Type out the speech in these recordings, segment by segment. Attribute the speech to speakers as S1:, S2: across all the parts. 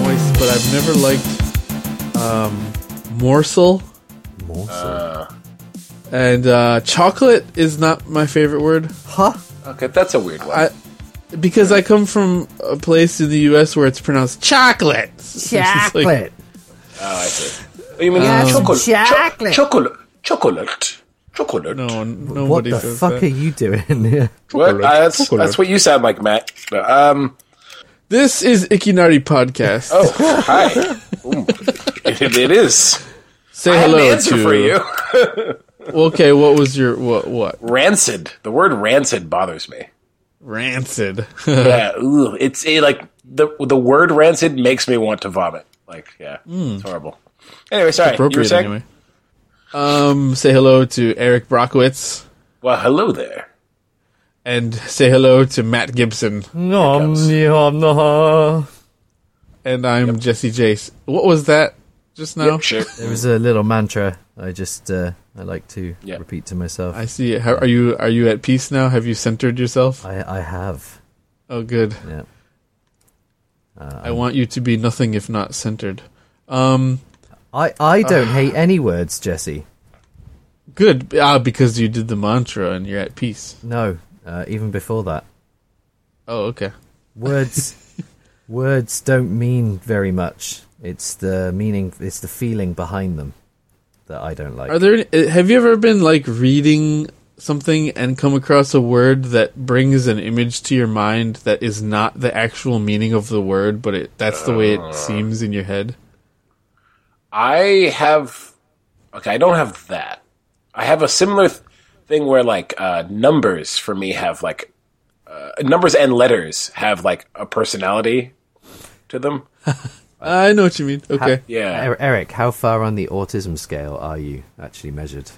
S1: I've never liked um, morsel Uh,
S2: Morsel.
S1: and uh, chocolate is not my favorite word.
S2: huh?
S3: Okay, that's a weird one.
S1: I because I come from a place in the U.S. where it's pronounced chocolate. It's just like-
S2: Chocolate.
S3: oh, I see. You mean
S2: Um,
S3: chocolate?
S2: chocolate.
S3: chocolate. Chocolate. Chocolate.
S1: no, n- nobody
S2: What the
S1: says
S2: fuck
S1: that.
S2: are you doing? Yeah.
S3: What? Uh, that's,
S1: Chocolate.
S3: that's what you sound like, Matt. But, um.
S1: This is Ikinari podcast.
S3: Oh, hi. Ooh, it, it is.
S1: Say
S3: I have
S1: hello
S3: an answer
S1: to
S3: for you.
S1: Okay, what was your what what
S3: Rancid. The word rancid bothers me.
S1: rancid?
S3: Yeah. Ooh, it's it, like the the word rancid makes me want to vomit. Like, yeah, it's horrible. Anyway, sorry. You were
S1: Hmm. Appropriate
S3: saying?
S1: anyway. Um, say hello to Eric Brockwitz
S3: Well, hello there.
S1: and say hello to Matt Gibson.
S2: Nom,
S3: goes.
S2: nom, nom.
S1: And I'm Jesse Jace. What was that just now?
S3: Sure.
S2: It was a little mantra I just uh, I like to
S3: Yeah.
S2: repeat to myself.
S1: I see. How, are you are you at peace now? Have you centered yourself?
S2: I, I have.
S1: Oh, good.
S2: Yeah.
S1: I want you to be nothing if not centered. Um,
S2: I, I don't hate any words, Jesse.
S1: good. Ah, because you did the mantra and you're at peace.
S2: No, uh, even before that.
S1: Oh, okay.
S2: Words words don't mean very much. It's the meaning it's the feeling behind them that I don't like.
S1: Are there? any- eh, Have you ever been like reading something and come across a word that brings an image to your mind that is not the actual meaning of the word, but it that's the way it seems in your head?
S3: I have. Okay, I don't have that. I have a similar th- thing where like uh, numbers for me have like uh, numbers and letters have like a personality to them.
S1: I know what you mean. Okay.
S3: Yeah,
S2: Er- Eric, how far on the autism scale are you actually measured?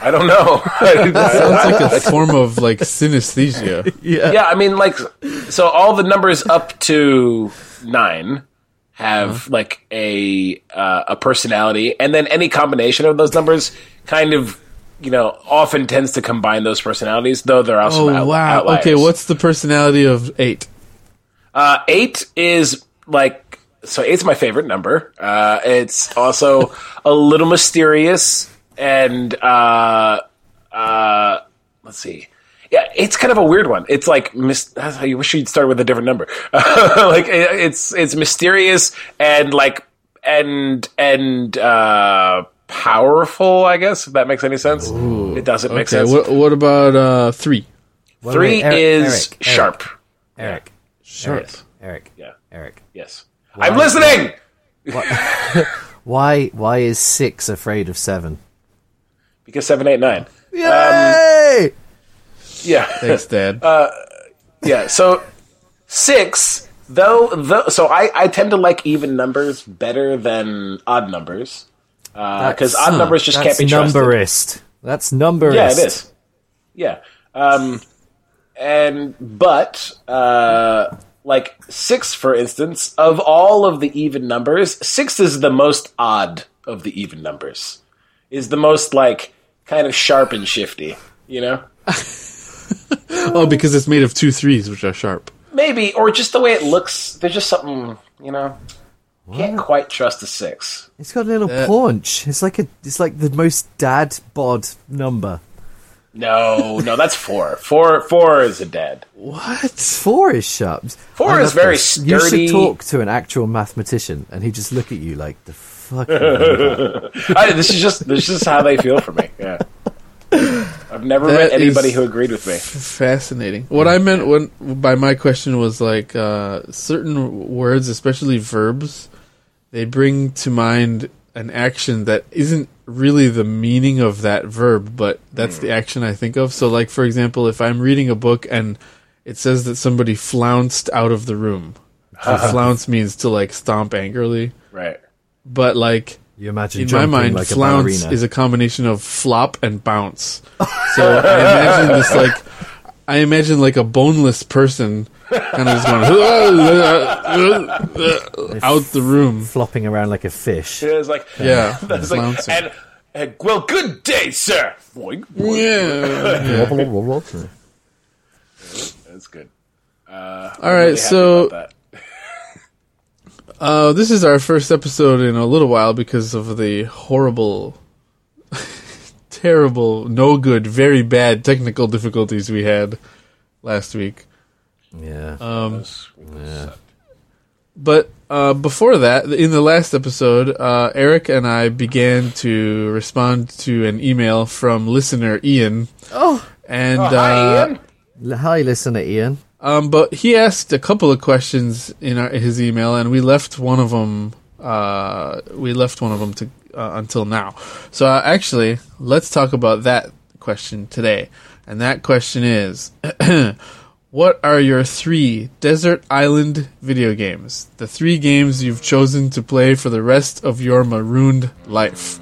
S3: I don't know.
S1: That's like a form of like synesthesia.
S3: yeah, I mean, like, so all the numbers up to nine have
S1: Uh-huh.
S3: like a uh, a personality, and then any combination of those numbers kind of, you know, often tends to combine those personalities. Though there are also
S1: Oh
S3: out-
S1: wow.
S3: outliers.
S1: Okay, what's the personality of eight?
S3: uh, eight is like so eight's my favorite number. Uh, it's also a little mysterious and uh, uh, let's see. Yeah, it's kind of a weird one. It's like mis- I wish you'd start with a different number. like it, it's it's mysterious and like and and uh, powerful. I guess if that makes any sense. it doesn't make
S1: Okay.
S3: sense.
S1: What what about uh three?
S2: Well,
S3: Three
S2: wait, Eric-
S3: is
S2: Eric, Eric,
S3: sharp.
S2: Eric,
S1: Sharp.
S2: Eric,
S3: Yeah.
S2: Eric.
S3: Yes, I'm listening.
S2: Why why is six afraid of seven?
S3: Because seven, eight, nine.
S2: Yay!
S3: Yeah.
S1: Thanks, Dad.
S3: Yeah, so six, though, though so I, I tend to like even numbers better than odd numbers. Because
S2: That's-
S3: odd Uh, numbers just can't
S2: That's
S3: be trusted.
S2: numberist. That's numberist.
S3: Yeah, it is. Yeah. Um, and, but, uh, like six, for instance, of all of the even numbers, six is the most odd of the even numbers. Is the most, like, kind of sharp and shifty, you know?
S1: oh, because it's made of two threes, which are sharp.
S3: Maybe, or just the way it looks. There's just something, you know. Can't quite trust a six.
S2: It's got a little paunch. It's like a. It's like the most dad bod number.
S3: No, no, that's four. Four, four is a dead.
S1: What?
S2: Four is sharp.
S3: Four
S2: I
S3: is
S2: love
S3: very
S2: this. You
S3: sturdy.
S2: should talk to an actual mathematician, and he just look at you like the fuck. you know that?"
S3: I, this is just this is how they feel for me. Yeah, I've never
S1: That
S3: met anybody
S1: is-
S3: who agreed with me.
S1: Fascinating. What I meant when by my question was like uh, certain words, especially verbs, they bring to mind an action that isn't really the meaning of that verb, but that's
S3: Hmm.
S1: the action I think of. So, like for example, if I'm reading a book and it says that somebody flounced out of the room, so flounce means to like stomp angrily,
S3: Right.
S1: but like
S2: You imagine
S1: in my
S2: jumping
S1: mind,
S2: like
S1: flounce
S2: a ballerina.
S1: is a combination of flop and bounce. So I imagine this like I imagine like a boneless person kind of just going out the room.
S2: flopping around like a fish.
S3: It was like
S1: Yeah,
S3: it was like,
S1: flouncing.
S3: and, and, well, good day, sir. Boing, boing.
S1: yeah.
S3: That's good.
S1: All right,
S3: Happy
S1: so
S3: about that.
S1: Uh, this is our first episode in a little while because of the horrible, terrible, no good, very bad technical difficulties we had last week.
S2: Yeah.
S1: Um, but uh, before that, in the last episode, uh, Eric and I began to respond to an email from listener Ian,
S2: oh,
S1: and
S3: Oh, hi,
S1: uh,
S3: Ian.
S2: l- hi, listener Ian.
S1: um, but he asked a couple of questions in our, his email, and we left one of them. Uh, we left one of them to uh, until now. So uh, actually, let's talk about that question today. And that question is, what are your three desert island video games? The three games you've chosen to play for the rest of your marooned life.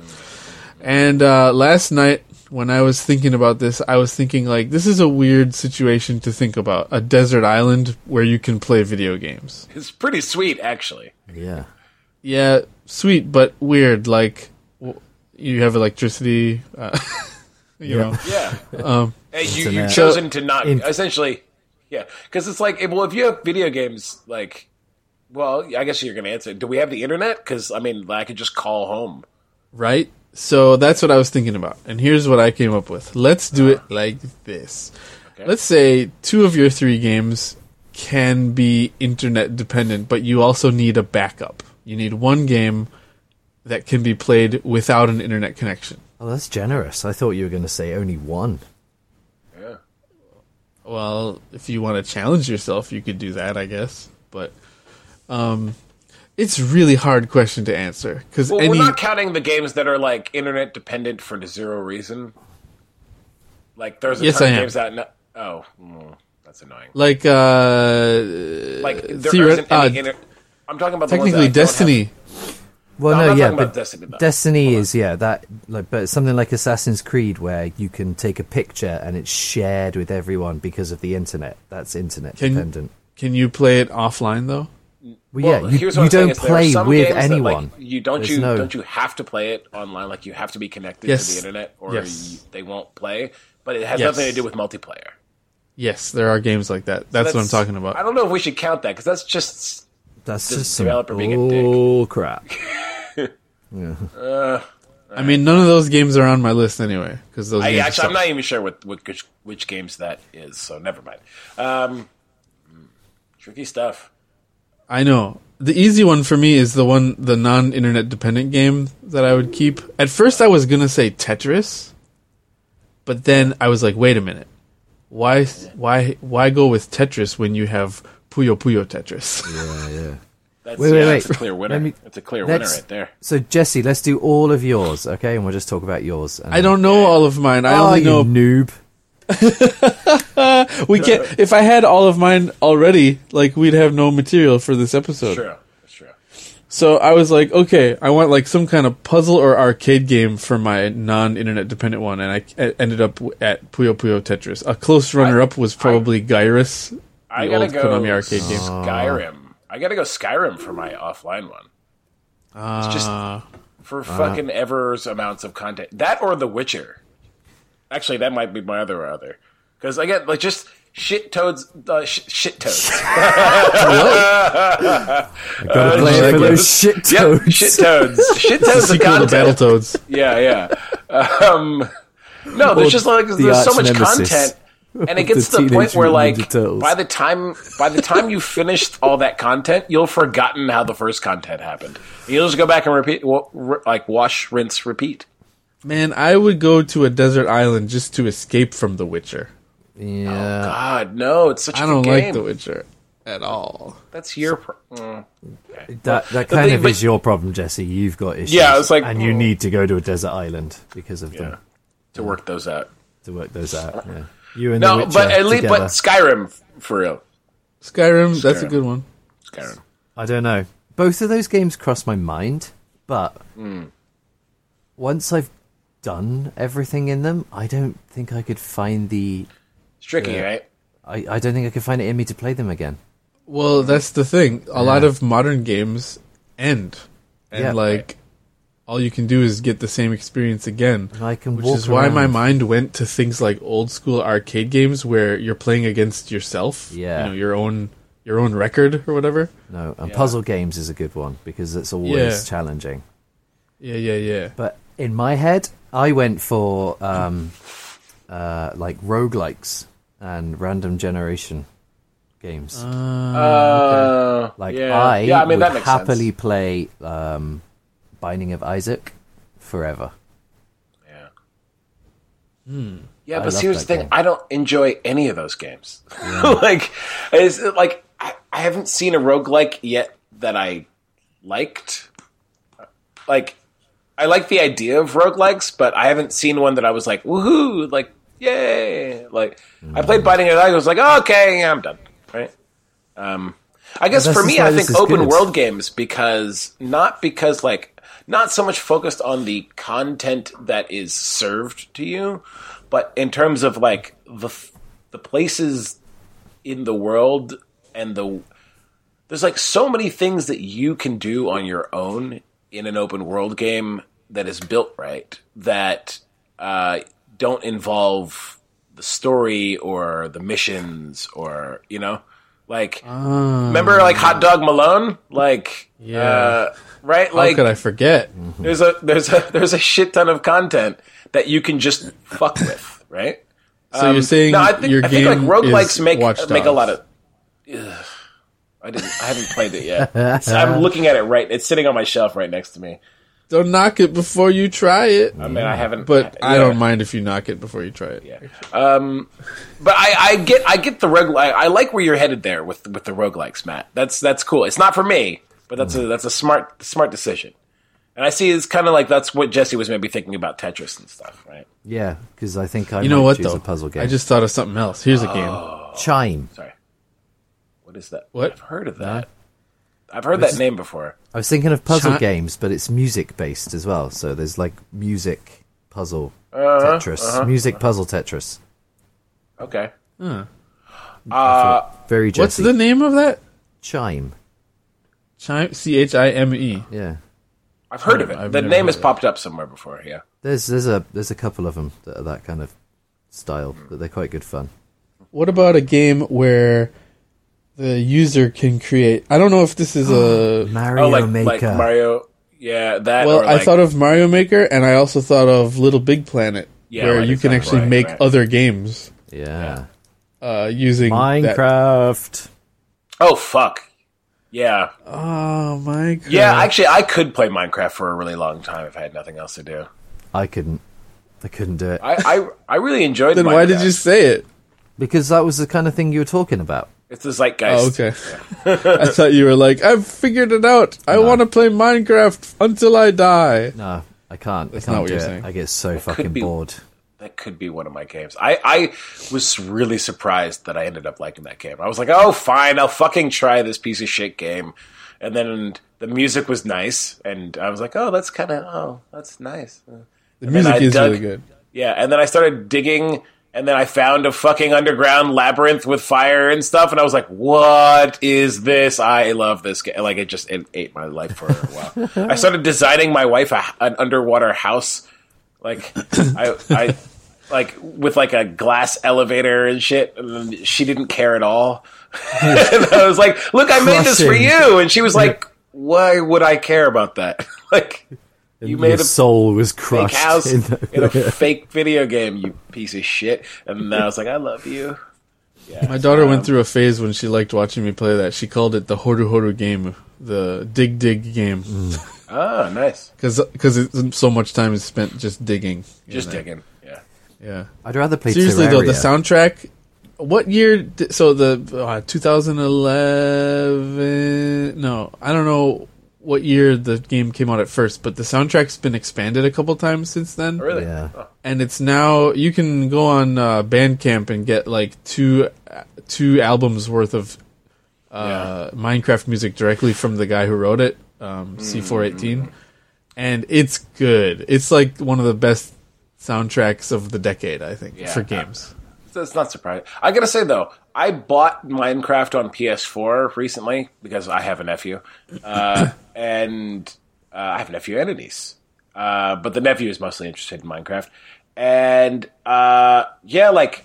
S1: And uh, last night, when I was thinking about this, I was thinking like this is a weird situation to think about a desert island where you can play video games.
S3: It's pretty sweet, actually.
S2: Yeah.
S1: Yeah, sweet but weird. Like w- you have electricity, uh, you know.
S3: Yeah.
S1: Um,
S3: Hey, you, you've
S2: Internet.
S3: chosen to not
S2: In-
S3: essentially, yeah, because it's like, well, if you have video games, like, well, I guess you're going to answer. Do we have the internet? Because I mean, I could just call home.
S1: right? So that's what I was thinking about. And here's what I came up with. Let's do it like this. Let's say two of your three games can be internet dependent, but you also need a backup. You need one game that can be played without an internet connection.
S2: Oh, that's generous. I thought you were going to say only one.
S1: Well, if you want to challenge yourself, you could do that, I guess. But um, it's really hard question to answer because
S3: Well,
S1: any
S3: we're not counting the games that are like internet dependent for zero reason. Like, there's a
S1: Yes, I
S3: ton of
S1: am.
S3: games that. No- oh, mm, that's annoying.
S1: like uh,
S3: Like, there
S1: theoret-
S3: not any
S1: uh,
S3: inter- I'm talking about the
S1: technically
S3: ones that don't have-
S1: Destiny.
S2: Well,
S3: No, I'm not
S2: no, yeah,
S3: talking
S2: but
S3: about Destiny, though.
S2: Destiny is yeah that like, but something like Assassin's Creed where you can take a picture and it's shared with everyone because of the internet. That's internet
S1: Can-
S2: dependent.
S1: Can you play it offline though?
S2: Well,
S3: Well,
S2: yeah, you,
S3: here's what
S2: you
S3: I'm saying
S2: don't
S3: is there are
S2: play
S3: some
S2: with
S3: games that, like,
S2: anyone.
S3: you don't
S2: There's
S3: you
S2: no-
S3: don't you have to play it online? Like you have to be connected
S1: Yes.
S3: to the internet, or
S1: Yes.
S3: you, they won't play. But it has
S1: Yes.
S3: nothing to do with multiplayer.
S1: Yes, there are games like that. That's, what I'm talking
S3: I
S1: about.
S3: don't know if we should count that because that's just
S2: That's
S3: This
S2: just some
S3: developer being a dick.
S2: bull crap.
S1: I mean, none of those games are on my list anyway because those.
S3: I,
S1: games
S3: actually, I'm
S1: suck.
S3: not even sure what, what which, which games that is. So never mind. Um, tricky stuff.
S1: I know the easy one for me is the one the non-internet dependent game that I would keep. At first, I was gonna say Tetris, but then I was like, wait a minute, why why why go with Tetris when you have Puyo Puyo Tetris?
S2: Yeah, yeah.
S3: That's,
S2: Wait, wait,
S3: yeah,
S2: wait.
S3: that's a clear winner.
S2: Let me-
S3: that's a clear winner
S2: let's-
S3: right there.
S2: So Jesse, let's do all of yours, okay? And we'll just talk about yours.
S1: I don't know all of mine. I
S2: Oh,
S1: only
S2: you
S1: know
S2: noob.
S1: we can't. If I had all of mine already, like we'd have no material for this episode.
S3: True. That's true.
S1: So I was like, okay, I want like some kind of puzzle or arcade game for my non-internet dependent one, and I I ended up w- at Puyo Puyo Tetris. A close runner-up was probably Gyrus, the
S3: I gotta
S1: old
S3: go
S1: Konami arcade game.
S3: Skyrim. I gotta go Skyrim for my offline one. It's just
S1: Uh,
S3: for fucking ever's amounts of content. That or The Witcher. Actually, that might be my other other. Because I get like just shit toads. Uh, sh- shit toads. Uh,
S2: Gotta play
S1: shit toads.
S2: for those shit
S3: Yep,
S2: toads.
S3: shit toads. Shit toads of
S1: Sequel to
S3: content.
S1: Battletoads.
S3: Yeah, yeah. Um, no, there's just like there's so
S2: arch
S3: much
S2: nemesis
S3: content, and it
S2: of
S3: gets
S2: the
S3: to the point where
S2: Teenage Mutant
S3: like
S2: Ninja Turtles.
S3: by the time by the time you finished all that content, you'll forgotten how the first content happened. You'll just go back and repeat, wa- re- like wash, rinse, repeat.
S1: Man, I would go to a desert island just to escape from The Witcher.
S2: Yeah.
S3: God, no, it's such a
S1: I don't
S3: good
S1: like
S3: game.
S1: The Witcher at all.
S3: That's your. Pro- mm.
S2: That that kind
S3: thing-
S2: of
S3: but-
S2: is your problem, Jesse. You've got issues.
S3: Yeah, it's like- mm.
S2: and you need to go to a desert island because of them
S3: to work those out.
S2: to work those out. Yeah. You and the
S3: No,
S2: Witcher
S3: but at least, but
S2: together.
S3: Skyrim f- for real.
S1: Skyrim, that's a
S3: Skyrim.
S1: good one.
S3: Skyrim.
S2: I don't know. Both of those games cross my mind, but
S3: Mm.
S2: once I've done everything in them, I don't think I could find the.
S3: It's tricky, right?
S2: I, I don't think I could find it in me to play them again.
S1: Well, that's the thing. A lot of modern games end, and
S2: Yeah.
S1: like all you can do is get the same experience again.
S2: And I can
S1: which
S2: walk
S1: is why my
S2: around.
S1: mind went to things like old school arcade games where you're playing against yourself.
S2: Yeah.
S1: you know your own your own record or whatever.
S2: No, and puzzle games is a good one because it's always
S1: Yeah.
S2: challenging.
S1: Yeah, yeah, yeah.
S2: But in my head, I went for um, uh, like roguelikes and random generation games.
S3: Uh,
S2: Mm, like
S3: Ah, yeah.
S2: I,
S3: yeah, I mean
S2: would
S3: that makes
S2: happily
S3: sense.
S2: play um, Binding of Isaac forever.
S3: Yeah. Yeah,
S2: Hmm. I
S3: but see,
S2: love
S3: here's the
S2: that
S3: thing:
S2: game.
S3: I don't enjoy any of those games. like, it's like I, I haven't seen a roguelike yet that I liked. Like, I like the idea of roguelikes, but I haven't seen one that I was like, woohoo, like, yay! Like, I
S2: Mm-hmm.
S3: played Binding of Isaac, I was like, okay, yeah, I'm done. Right? Um, I guess
S2: Well,
S3: for
S2: this is
S3: me,
S2: why
S3: I
S2: this
S3: think
S2: is
S3: open
S2: good.
S3: world games because not because like not so much focused on the content that is served to you, but in terms of like the f- the places in the world and the there's like so many things that you can do on your own in an open world game that is built right that uh, don't involve the story or the missions or you know like remember like hot dog malone like
S1: Ah. Yeah.
S3: uh, right
S1: How
S3: like
S1: could I forget?
S3: there's a there's a there's a shit ton of content that you can just fuck with right
S1: So you're saying
S3: um, no, I think,
S1: your
S3: I
S1: game
S3: think like roguelikes
S1: is
S3: make
S1: Watch
S3: make a lot of.
S1: Dogs.
S3: Ugh, I didn't. I haven't played it yet. So I'm looking at it right. It's sitting on my shelf right next to me.
S1: Don't knock it before you try it.
S3: I mean, I haven't.
S1: But I
S3: yeah.
S1: don't mind if you knock it before you try it.
S3: Yeah. Um, but I, I get I get the rogue. I, I like where you're headed there with with the roguelikes, Matt. That's that's cool. It's not for me, but that's a that's a smart smart decision. And I see it's kind of like that's what Jesse was maybe thinking about Tetris and stuff, right?
S2: Yeah, because I think I
S1: You know what
S2: choose
S1: though?
S2: a puzzle game.
S1: I just thought of something else. Here's a
S3: Oh.
S1: game.
S2: Chime.
S3: Sorry. What is that?
S1: What?
S3: I've heard of that. I've heard that name before.
S2: I was thinking of puzzle
S1: Chi-
S2: games, but it's music based as well. So there's like music puzzle
S3: Uh-huh,
S2: Tetris, music puzzle Tetris.
S3: Okay. Uh,
S2: Very Jesse.
S1: What's the name of that?
S2: chime?
S1: Chime C H I M E.
S2: Yeah,
S3: I've heard of it.
S1: I've
S3: the
S1: never
S3: name
S1: heard
S3: has
S1: of it.
S3: popped up somewhere before. Yeah.
S2: there's there's a there's a couple of them that are that kind of style, but they're quite good fun.
S1: What about a game where the user can create? I don't know if this is a.
S2: Mario
S3: oh, like
S2: Maker.
S3: like Mario. Yeah, that.
S1: Well,
S3: or like,
S1: I thought of Mario Maker, and I also thought of Little Big Planet,
S3: Yeah,
S1: where
S3: right,
S1: you can actually
S3: exactly. Right,
S1: make
S3: right.
S1: other games
S2: yeah.
S1: uh, using that-
S2: Minecraft.
S3: Oh fuck. Yeah.
S1: Oh my god!
S3: Yeah. Actually, I could play Minecraft for a really long time if I had nothing else to do.
S2: I couldn't. I couldn't do it
S3: I I, I really enjoyed.
S1: then why did
S3: Minecraft.
S1: you say it?
S2: because that was the kind of thing you were talking about.
S3: It's the zeitgeist.
S1: Oh, okay. I thought you were like, I've figured it out. I want to play Minecraft until I die.
S2: No, I can't.
S1: That's
S2: I can't
S1: not what
S2: do
S1: you're
S2: it.
S1: saying.
S2: I get so fucking
S3: be-
S2: bored.
S3: That could be one of my games. I I was really surprised that I ended up liking that game. I was like, oh fine, I'll fucking try this piece of shit game. And then the music was nice, and I was like, oh, that's kind of oh, that's nice.
S1: The music
S3: I
S1: is
S3: dug-
S1: really good.
S3: Yeah, and then I started digging, and then I found a fucking underground labyrinth with fire and stuff, and I was like, "What is this? I love this game!" Like it just it ate my life for a while. I started designing my wife a, an underwater house, like I, I, like with like a glass elevator and shit, and then she didn't care at all. and I was like, "Look, I made this for
S2: Crushing.
S3: you," and she was like, "Why would I care about that?" like. You
S2: Your
S3: made a
S2: soul was
S3: fake
S2: crushed.
S3: house
S2: in
S3: in,
S2: the-
S3: a fake video game, you piece of shit. And then I was like, I love you.
S1: My daughter went through a phase when she liked watching me play that. She called it the Horu Horu game, the dig dig game,
S3: Oh, nice.
S1: because it's so much time is spent just digging. in
S3: Just
S1: that.
S3: digging. Yeah.
S1: Yeah.
S2: I'd rather play
S1: Seriously
S2: Terraria.
S1: though, the soundtrack. What year? Di- so the uh, 2011. No, I don't know what year the game came out at first, but the soundtrack's been expanded a couple times since then.
S3: Really?
S2: Yeah.
S3: Oh,
S1: and it's now you can go on uh, Bandcamp and get like two two albums worth of uh, Minecraft music directly from the guy who wrote it,
S3: Hmm.
S1: um, C418, and it's good. It's like one of the best soundtracks of the decade, I think,
S3: Yeah.
S1: for games.
S3: So it's not surprising. I gotta say though, I bought Minecraft on PS4 recently because I have a nephew, uh, and uh, I have a nephew and a niece. Uh, but the nephew is mostly interested in Minecraft, and uh, yeah, like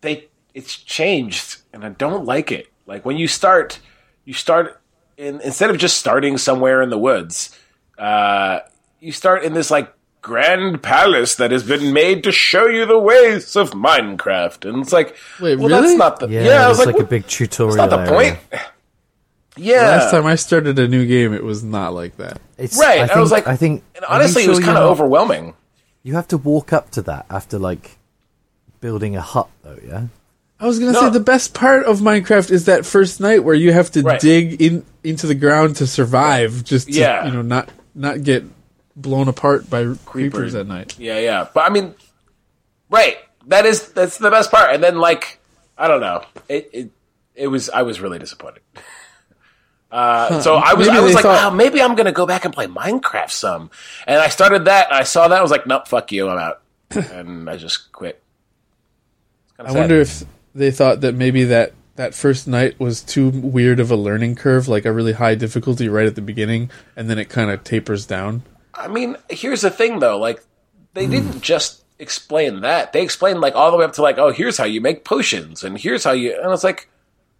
S3: they it's changed, and I don't like it. Like when you start, you start in, instead of just starting somewhere in the woods, uh, you start in this like grand palace that has been made to show you the ways of Minecraft, and it's like,
S1: Wait,
S3: well,
S1: really?
S3: that's not the
S2: Yeah,
S3: yeah. I was
S2: it's
S3: like,
S2: like,
S3: what-
S2: a big tutorial.
S3: that's not the
S2: area.
S3: point. Yeah,
S1: Last time I started a new game, it was not like that.
S2: It's,
S3: Right,
S2: I,
S3: and
S2: think,
S3: I was like-
S2: I think.
S3: and
S2: are you
S3: honestly, it was
S2: sure
S3: kind of
S2: you're not-
S3: overwhelming.
S2: You have to walk up to that after like building a hut, though. Yeah.
S1: I was gonna
S3: No.
S1: say the best part of Minecraft is that first night where you have to
S3: Right.
S1: dig in into the ground to survive, just to,
S3: Yeah.
S1: you know, not not get blown apart by creepers,
S3: Creepers.
S1: at night.
S3: Yeah, yeah. But I mean, right? That is that's the best part. And then like, I don't know. It it, it was I was really disappointed. Uh, So I was
S1: Maybe
S3: I was
S1: they
S3: like,
S1: thought-
S3: oh, maybe I'm gonna go back and play Minecraft some. And I started that. And I saw that. I was like, nope, fuck you, I'm out. and I just quit. It's kinda
S1: I
S3: sad.
S1: wonder if they thought that maybe that that first night was too weird of a learning curve, like a really high difficulty right at the beginning, and then it kind of tapers down.
S3: I mean, here's the thing though, like they
S1: Hmm.
S3: didn't just explain that. They explained like all the way up to like, oh, here's how you make potions and here's how you and it's like,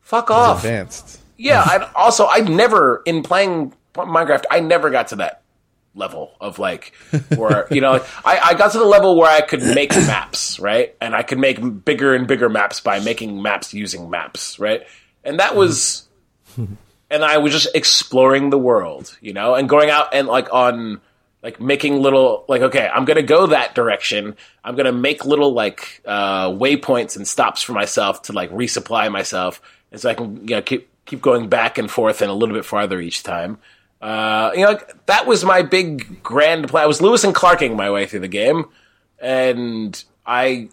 S3: fuck off.
S1: Advanced.
S3: Yeah, I also I never in playing Minecraft, I never got to that level of like where you know I, I got to the level where I could make maps, right? And I could make bigger and bigger maps by making maps using maps, right? And that was and I was just exploring the world, you know, and going out and like on like making little like okay, I'm gonna go that direction. I'm gonna make little like uh, waypoints and stops for myself to like resupply myself, and so I can you know keep keep going back and forth and a little bit farther each time. Uh, you know, like, that was my big grand plan. I was Lewis and Clarking my way through the game, and I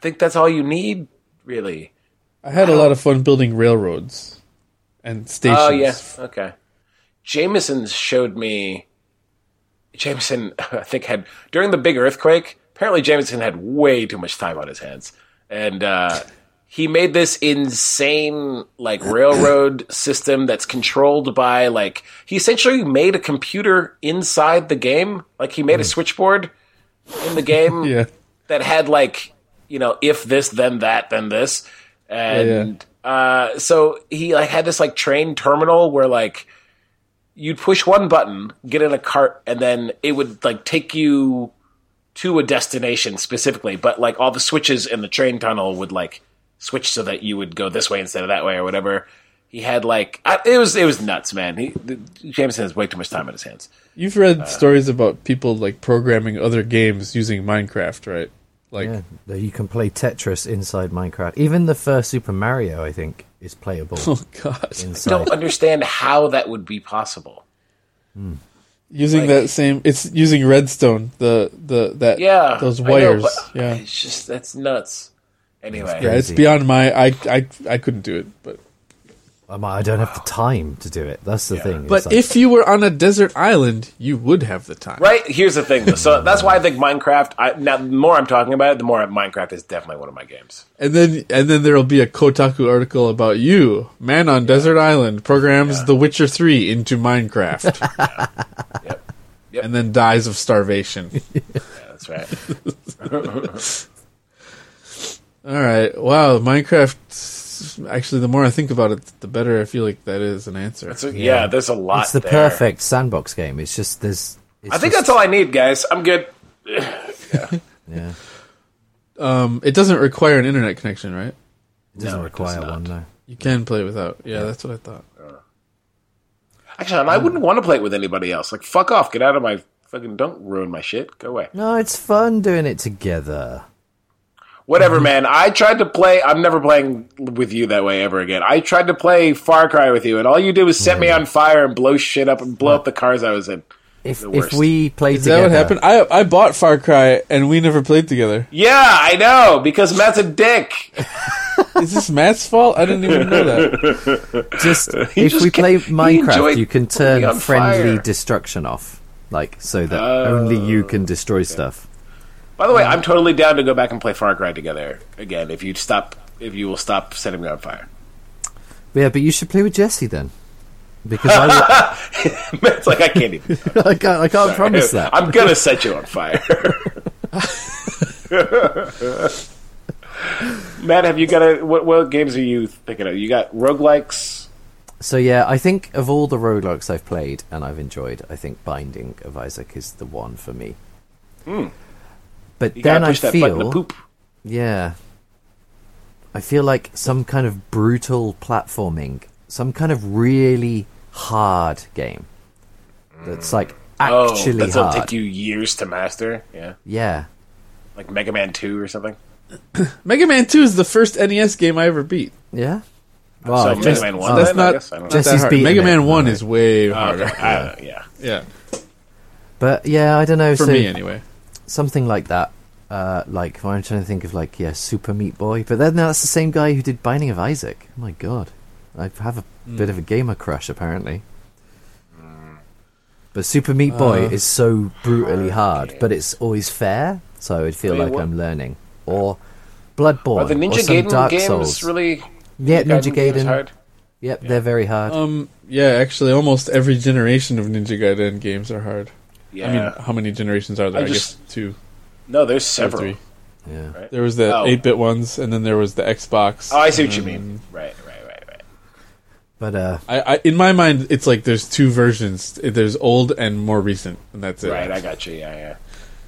S3: think that's all you need really.
S1: I had a lot of fun building railroads and stations.
S3: Oh yeah, okay. Jameson showed me. Jameson, I think, had during the big earthquake. Apparently, Jameson had way too much time on his hands, and uh, he made this insane like railroad system that's controlled by like he essentially made a computer inside the game. Like he made a switchboard in the game
S1: Hmm. Yeah.
S3: that had like you know if this then that then this and uh so he like had this like train terminal where like you'd push one button get in a cart and then it would like take you to a destination specifically but like all the switches in the train tunnel would like switch so that you would go this way instead of that way or whatever he had like I, it was it was nuts man he jameson has way too much time on his hands
S1: You've
S3: Uh,
S1: read stories about people like programming other games using Minecraft, right? Like
S2: Yeah, that you can play Tetris inside Minecraft. Even the first Super Mario, I think, is playable
S1: Oh god.
S3: don't
S2: inside.
S3: understand how that would be possible
S1: Using
S3: Like-
S1: that same it's using redstone, the the that
S3: Yeah,
S1: those
S3: I know,
S1: wires.
S3: but
S1: yeah.
S3: it's just that's nuts. Anyway,
S1: Yeah, it's
S2: crazy.
S1: beyond my I I I couldn't do it, but
S2: I'm- I don't have the time to do it. That's the thing. It's
S1: But
S2: like-
S1: if you were on a desert island, you would have the time.
S3: right here's the thing. Though. So that's why I think Minecraft. I, now, the more I'm talking about it, the more Minecraft is definitely one of my games.
S1: And then and then there'll be a Kotaku article about you, man on desert island, programs The Witcher 3 into Minecraft
S3: Yep,
S1: and then dies of starvation.
S3: that's right.
S1: All right. Wow, Minecraft actually the more I think about it, the better I feel like that is an answer.
S3: So, yeah. there's a lot.
S2: it's the
S3: there.
S2: perfect sandbox game. It's just there's. It's
S3: I think
S2: just-
S3: that's all I need, guys. I'm good.
S2: Yeah,
S1: Um, it doesn't require an internet connection, right?
S2: it doesn't
S3: No, it does
S2: require
S3: not.
S2: one though.
S1: You can play without. Yeah, that's what I thought.
S3: Actually, and I wouldn't want to play it with anybody else. Like, fuck off. Get out of my fucking. Don't ruin my shit. Go away.
S2: No, it's fun doing it together.
S3: Whatever, man. I tried to play. I'm never playing with you that way ever again. I tried to play Far Cry with you, and all you did was set me on fire and blow shit up and blow up the cars I was in.
S2: If
S3: The
S2: if
S3: worst.
S2: we played
S1: Is that
S2: together,
S1: what happened? I I bought Far Cry and we never played together.
S3: Yeah, I know because Matt's a dick.
S1: Is this Matt's fault? I didn't even know that.
S2: Just if
S3: just
S2: we
S3: ca-
S2: play
S3: he enjoyed
S2: Minecraft, you can
S3: putting me
S2: turn
S3: on
S2: friendly
S3: fire. Oh,
S2: destruction off, like so that only you can destroy stuff.
S3: By the way, I'm totally down to go back and play Far Cry together again if you stop if you will stop setting me on fire.
S2: But yeah, but you should play with Jesse then, because I,
S3: it's like I can't even.
S2: I can't, I can't promise that.
S3: I'm gonna set you on fire. Matt, have you got a what, what games are you thinking of? You got roguelikes?
S2: So yeah, I think of all the roguelikes I've played and I've enjoyed, I think Binding of Isaac is the one for me. But
S3: Hmm. You
S2: then
S3: gotta
S2: I
S3: push that button to
S2: feel,
S3: poop.
S2: yeah, I feel like some kind of brutal platforming, some kind of really hard game that's like
S3: Hmm. Oh,
S2: actually
S3: that'll
S2: hard.
S3: take you years to master. Yeah,
S2: yeah,
S3: like Mega Man Two or something.
S1: Mega Man Two is the first NES game I ever beat.
S2: yeah. Well,
S3: so
S2: I
S3: Mega
S2: just-
S3: Man One.
S2: oh,
S1: That's
S3: then, I
S1: not,
S3: guess I don't
S1: not
S3: know.
S2: just-
S1: that
S2: Jesse's
S1: hard.
S2: beating
S1: Mega
S2: it.
S1: Man One is way
S3: Oh, okay.
S1: harder.
S3: I don't know, yeah.
S1: Yeah,
S2: but yeah, I don't know.
S1: for
S2: so
S1: me anyway.
S2: something like that. Uh, like I'm trying to think of like yeah, Super Meat Boy, but then that's the same guy who did Binding of Isaac. Oh my god, I have a
S3: Hmm.
S2: bit of a gamer crush apparently. But Super Meat Boy
S1: Uh,
S2: is so brutally hard, but it's always fair, so I would feel
S3: Wait,
S2: like
S3: what-
S2: I'm learning.
S3: Are
S2: Or Bloodborne,
S3: the
S2: or
S3: Ninja
S2: some
S3: Gaiden
S2: Dark
S3: games
S2: Souls.
S3: really?
S2: yeah, Ninja
S3: games
S2: Gaiden.
S3: hard? Oh.
S2: Yep, they're very hard.
S1: Um, yeah, actually, almost every generation of Ninja Gaiden games are hard.
S3: Yeah.
S1: I mean, how many generations are there?
S3: I
S1: I,
S3: just-
S1: guess two
S3: no, there's
S1: or
S3: several.
S1: three.
S2: yeah.
S3: right?
S1: There was the
S3: Oh.
S1: 8-bit ones, and then there was the Xbox.
S3: Oh, I see what you
S1: and then-
S3: mean. Right, right, right, right.
S2: But uh,
S1: I, I, in my mind, it's like there's two versions. There's old and more recent, and that's it.
S3: Right, I got you. Yeah, yeah.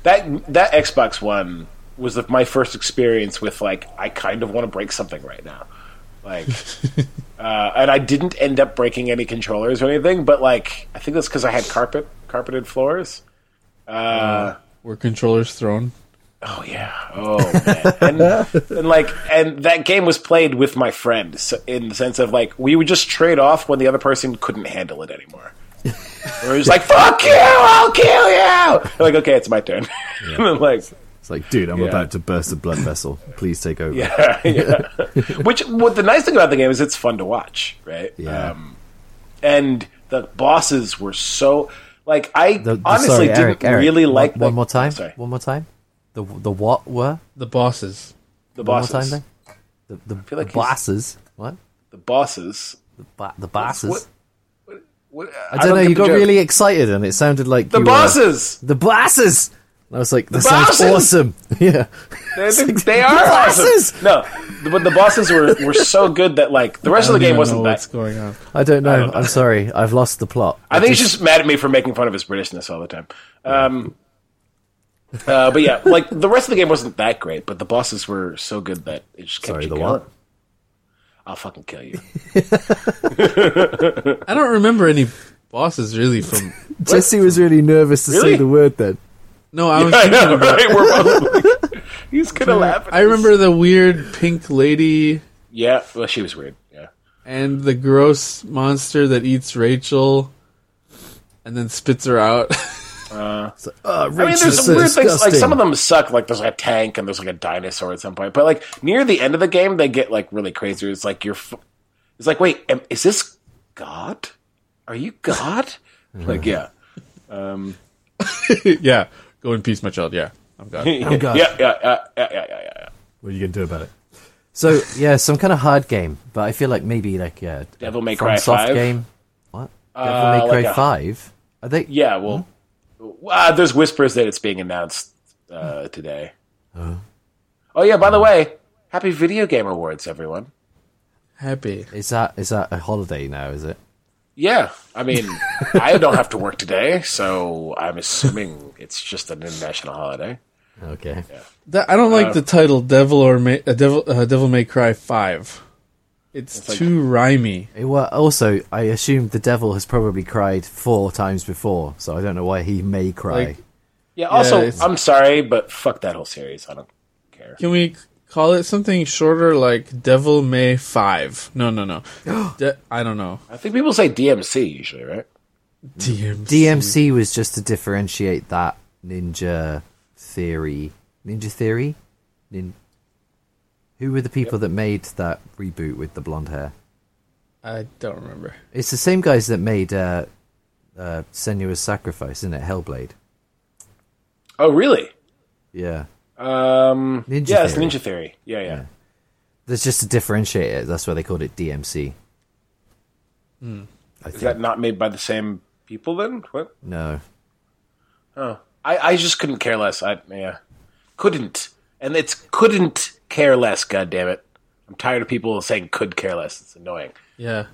S3: That that Xbox One was the, my first experience with like I kind of want to break something right now, like, uh, and I didn't end up breaking any controllers or anything, but like I think that's because I had carpet carpeted floors.
S1: Were controllers thrown?
S3: Oh yeah. Oh man. and, and like and that game was played with my friend so in the sense of like we would just trade off when the other person couldn't handle it anymore. Where it was like "fuck you, I'll kill you." I'm like okay, it's my turn. and I'm like
S2: it's like, dude, I'm
S3: Yeah.
S2: about to burst a blood vessel. Please take over.
S3: yeah, yeah. Which what the nice thing about the game is it's fun to watch, right? Um,
S2: Yeah.
S3: and the bosses were so like I
S2: The- the-
S3: honestly
S2: sorry,
S3: didn't
S2: Eric, Eric,
S3: really
S2: one-
S3: like
S2: one
S3: the-
S2: more time.
S3: Sorry,
S2: One more time. The the what were
S1: The bosses.
S3: the
S2: one more
S3: bosses.
S2: time thing. The the,
S3: feel like
S2: the
S3: he's-
S2: bosses. What
S3: The bosses.
S2: the ba- the bosses?
S3: What- What-
S2: I don't know.
S3: get the
S2: You got
S3: joke.
S2: really excited, and it sounded like
S3: the
S2: you were-
S3: bosses.
S2: the bosses. And I was like, that sounds
S3: bosses!
S2: awesome. Yeah.
S3: They're the- they are
S2: The
S3: awesome.
S2: bosses!
S3: No, the- but the bosses were were so good that like the rest of the game wasn't
S1: what's
S3: that.
S1: going on.
S2: I don't know. I'm sorry. I've lost the plot.
S3: I think he's just mad at me for making fun of his Britishness all the time. Um, uh, but yeah, like the rest of the game wasn't that great, but the bosses were so good that it just kept
S2: Sorry,
S3: you
S2: the
S3: going.
S2: what?
S3: I'll fucking kill you.
S1: I don't remember any bosses really from.
S2: Jesse was really nervous to
S3: Really?
S2: say the word. Then
S1: No, I was.
S3: I
S1: thinking
S3: know,
S1: about-
S3: right? We're both like, he's gonna laugh. At
S1: I
S3: us.
S1: remember the weird pink lady
S3: Yeah, well, she was weird. Yeah,
S1: and the gross monster that eats Rachel, and then spits her out.
S2: It's like, oh,
S3: I mean, there's
S2: Rachel's
S3: some
S2: so
S3: weird things. Like
S2: disgusting.
S3: some of them suck. Like there's like a tank and there's like a dinosaur at some point. But like near the end of the game, they get like really crazy. It's like you're. F- it's like wait, am, is this God? Are you God? like yeah.
S1: yeah, go in peace, my child. Yeah, I'm gone.
S3: yeah,
S2: God.
S3: yeah, yeah, yeah, yeah, yeah, yeah, yeah.
S2: What are you gonna do about it? So yeah, some kind of hard game, but I feel like maybe like yeah,
S3: Devil May
S2: from
S3: Cry
S2: soft
S3: 5?
S2: game. What? Devil May Cry
S3: like a-
S2: Five? Are they?
S3: Yeah, well,
S2: Hmm?
S3: uh, there's whispers that it's being announced uh, today. Oh yeah, by
S2: Hmm.
S3: the way, happy Video Game Awards, everyone.
S1: Happy.
S2: Is that is that a holiday now? Is it?
S3: Yeah, I mean, I don't have to work today, so I'm assuming it's just an international holiday.
S2: Okay.
S1: That, I don't like
S3: Uh,
S1: the title "Devil or May, uh, Devil uh, Devil May Cry 5. It's, too rhymey.
S2: It wa also, I assume the devil has probably cried four times before, so I don't know why he may cry.
S1: Like-
S3: Yeah. Also,
S1: it's-
S3: I'm sorry, but fuck that whole series. I don't care.
S1: Can we call it something shorter, like Devil May Five? No, no, no. De- I don't know.
S3: I think people say DMC usually, right?
S1: DMC.
S2: DMC was just to differentiate that Ninja Theory, Ninja Theory, Nin- who were the people that made that reboot with the blonde hair?
S1: I don't remember.
S2: It's the same guys that made uh, uh, Senua's Sacrifice, isn't it? Hellblade.
S3: Oh, really?
S2: Yeah.
S3: Um,
S2: Ninja
S3: yeah, it's
S2: Theory.
S3: Ninja Theory. Yeah, yeah.
S2: That's just to differentiate it. That's why they called it DMC. I
S3: Is
S2: think.
S3: that not made by the same people then? What?
S2: No.
S3: Oh, I, I just couldn't care less. I yeah, couldn't, and it's couldn't care less. God damn it! I'm tired of people saying could care less. It's annoying.
S1: Yeah.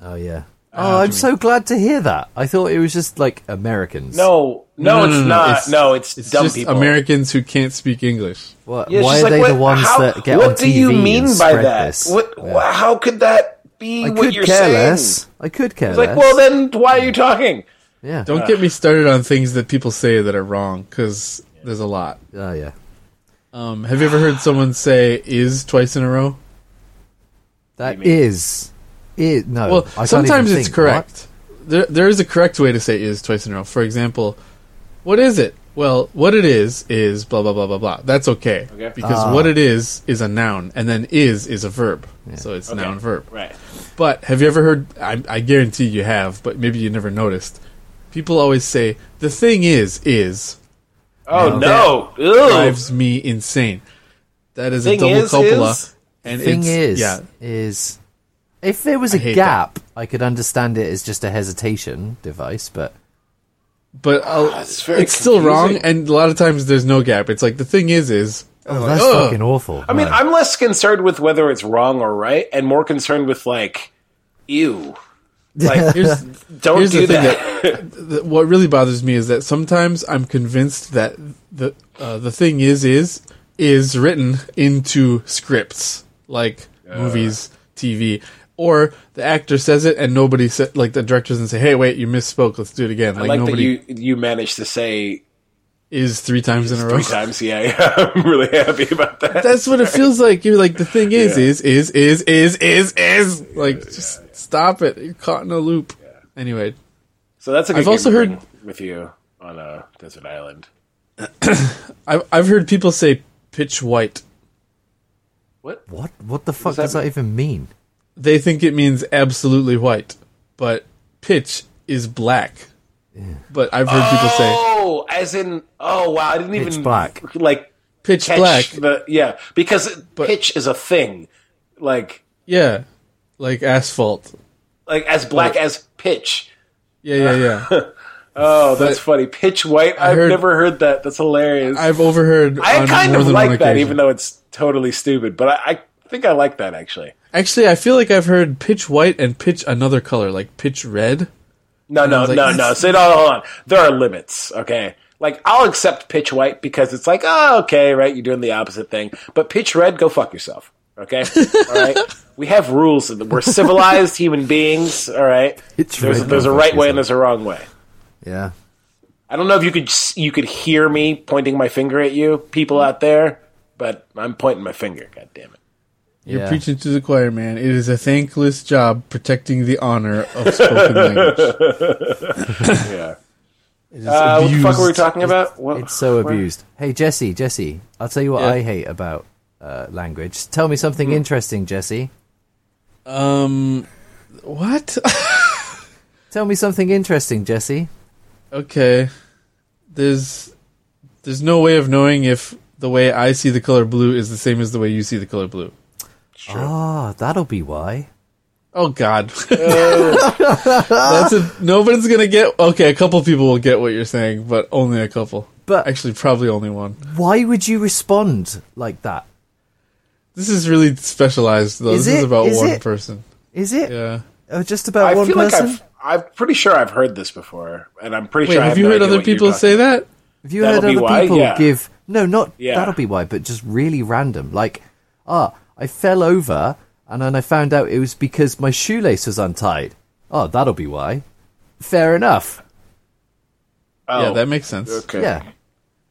S2: Oh yeah. Oh, I'm so glad to hear that. I thought it was just like Americans.
S3: No,
S1: No,
S3: no, it's
S2: Mm,
S1: no, no,
S3: not.
S1: it's-
S3: no, it's,
S1: It's
S3: dumb
S1: just
S3: people.
S1: Americans who can't speak English.
S2: Why,
S3: Yeah, it's
S2: why
S3: just
S2: are
S3: like,
S2: they the
S3: what-
S2: ones
S3: how-
S2: that get
S3: What
S2: on
S3: do
S2: TV
S3: you mean
S2: and
S3: by
S2: spread
S3: that?
S2: this?
S3: What?
S2: Yeah.
S3: wh- How could that be
S2: I
S3: what
S2: could
S3: you're
S2: care
S3: saying?
S2: less. I could care
S3: It's like,
S2: less.
S3: well, then why are you talking?
S2: yeah.
S1: Don't get me started on things that people say that are wrong because there's a lot.
S2: Oh yeah.
S1: Um, have you ever heard someone say "is" twice in a row?
S2: That
S3: What do you
S2: is, it no. I
S1: Well,
S2: can't even
S1: sometimes it's
S2: think,
S1: correct. There, there is a correct way to say "is" twice in a row. For example, what is it? Well, what it is is blah blah blah blah blah. That's okay,
S3: Okay.
S1: because
S2: Ah.
S1: what it is is a noun, and then "is" is a verb, so it's
S3: Okay.
S1: noun verb.
S3: Right.
S1: But have you ever heard? I, I guarantee you have, but maybe you never noticed. People always say the thing is is
S3: Oh no! Ew.
S1: drives me insane. That is
S3: Thing
S1: a double
S3: is,
S1: copula.
S3: is-
S1: and
S2: What? Thing
S1: it's,
S2: is,
S1: yeah,
S2: is if there was
S1: I
S2: a
S1: hate
S2: gap, I could understand it as just a hesitation device. But
S1: but I'll-
S3: Ah, That's
S1: it's
S3: very
S1: still wrong.
S3: confusing.
S1: And a lot of times there's no gap. It's like the thing is is.
S2: oh, that's
S1: ugh.
S2: fucking awful.
S3: I mean, I'm less concerned with whether it's wrong or right, and more concerned with like, ew. Like,
S1: Here's,
S3: don't
S1: here's the
S3: do
S1: thing
S3: that.
S1: that, th- what really bothers me is that sometimes I'm convinced that the uh, the thing is is is written into scripts like movies, TV, or the actor says it and nobody said like the director doesn't say, "Hey, wait, you misspoke. Let's do it again."
S3: I
S1: Like,
S3: like
S1: nobody
S3: that you you managed to say
S1: is three times in a row.
S3: three times. Yeah, yeah, I'm really happy about that.
S1: That's what it feels like. You're like the thing is
S3: Yeah.
S1: is is is is is is like just stop it. You're caught in a loop. Anyway,
S3: so that's a good
S1: I've also
S3: game to
S1: heard-
S3: bring with you on a desert island.
S1: I've I've heard people say pitch white.
S3: What?
S2: what? What the fuck
S3: that
S2: does that even mean?
S1: They think it means absolutely white, but pitch is black. But I've heard people say
S3: Oh, as in oh wow! I didn't
S2: Pitch
S3: even
S2: black.
S3: like
S1: pitch
S3: catch
S1: black.
S3: the yeah because pitch is a thing like
S1: yeah, like asphalt.
S3: like as black as pitch.
S1: Yeah, yeah, yeah.
S3: Oh, that's funny. Pitch white. I've
S1: heard-
S3: never heard that. That's hilarious. I,
S1: I've overheard. on
S3: kind
S1: more
S3: of
S1: than one
S3: like that,
S1: occasion.
S3: even though it's totally stupid. But I, I think I like that actually.
S1: Actually, I feel like I've heard pitch white and pitch another color, like pitch red.
S3: No, no,
S1: was like,
S3: no, no.
S1: that's-
S3: Sit on, hold on. There are limits. Okay. Like I'll accept pitch white because it's like, oh, okay, right. You're doing the opposite thing. But pitch red, go fuck yourself. Okay. All right. We have rules. and We're civilized human beings. All right.
S2: Pitch
S3: there's
S2: red,
S3: there's a
S2: go
S3: right
S2: fuck
S3: way and there's a wrong way.
S2: Yeah.
S3: I don't know if you could s- you could hear me pointing my finger at you,
S2: Mm.
S3: people out there, but I'm pointing my finger. God damn it.
S1: You're
S2: Yeah.
S1: preaching to the choir, man. It is a thankless job protecting the honor of spoken language.
S3: Yeah.
S1: It is
S3: Uh, what the fuck were we
S1: abused.
S3: talking about? What-
S2: It's so
S3: where-
S2: abused. Hey Jesse, Jesse, I'll tell you what
S1: Yeah.
S2: I hate about uh, language. Tell me something
S3: Hmm.
S2: interesting, Jesse.
S1: Um, what?
S2: Tell me something interesting, Jesse.
S1: okay. There's there's no way of knowing if the way I see the color blue is the same as the way you see the color blue.
S2: Ah, that'll be why.
S1: Oh God,
S2: Oh.
S1: that's a, nobody's gonna get. Okay, a couple people will get what you're saying, but only a couple.
S2: But-
S1: actually, probably only one.
S2: Why would you respond like that?
S1: This is really specialized, though.
S2: Is
S1: this is
S2: it?
S1: about
S2: Is
S1: one
S2: it?
S1: person.
S2: Is it
S1: Yeah.
S2: Oh, just about
S3: I
S2: one
S3: feel
S2: person?
S3: like I've I'm pretty sure I've heard this before, and I'm pretty
S1: Wait,
S3: sure. I
S1: have you
S3: no
S1: heard
S3: idea
S1: other
S3: what you're
S1: people
S3: talking
S1: say that?
S2: Have you
S3: That'll
S2: heard
S3: be
S2: other
S3: why?
S2: people
S3: Yeah.
S2: give no, not
S3: Yeah.
S2: that'll be why, but just really random. Like, ah, I fell over and then I found out it was because my shoelace was untied. Oh, that'll be why. Fair enough.
S3: Oh,
S1: Yeah, that makes sense.
S3: okay.
S2: Yeah.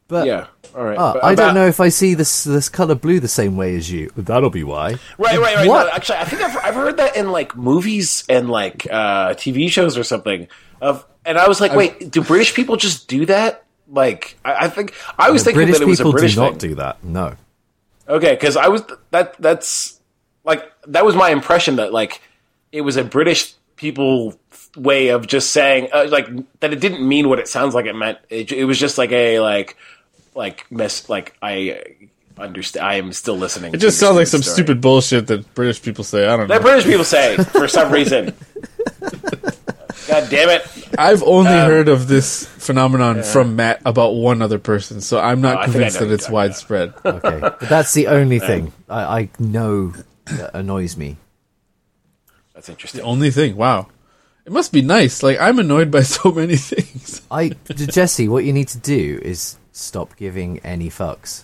S2: But
S3: yeah. All right.
S2: ah,
S3: But
S2: I
S3: about-
S2: don't know if I see this this color blue the same way as you. That'll be why.
S3: Right, right, right. No,
S2: What?
S3: actually, I think I've, I've heard that in like movies and like uh, TV shows or something. Of and I was like, wait, do British people just do that? Like, I, I think I was thinking
S2: British
S3: that it was a
S2: people
S3: British
S2: do not
S3: thing.
S2: do that. No.
S3: Okay, because I was that that's like that was my impression that like it was a British people way of just saying uh, like that it didn't mean what it sounds like it meant. It, it was just like a like like mess like I understand. I am still listening.
S1: It just sounds like some stupid bullshit that British people say. I don't know.
S3: that British people say for some reason. God damn it!
S1: I've only
S3: Um,
S1: heard of this phenomenon from Matt about one other person, so I'm not
S3: Oh, I think I
S1: convinced
S3: know
S1: that
S3: who
S1: it's
S3: you're talking about.
S1: widespread.
S2: Okay. But that's the only thing. I, I know that annoys me.
S3: That's interesting.
S1: Only thing. Wow. It must be nice. Like I'm annoyed by so many things.
S2: I Jesse, what you need to do is stop giving any fucks.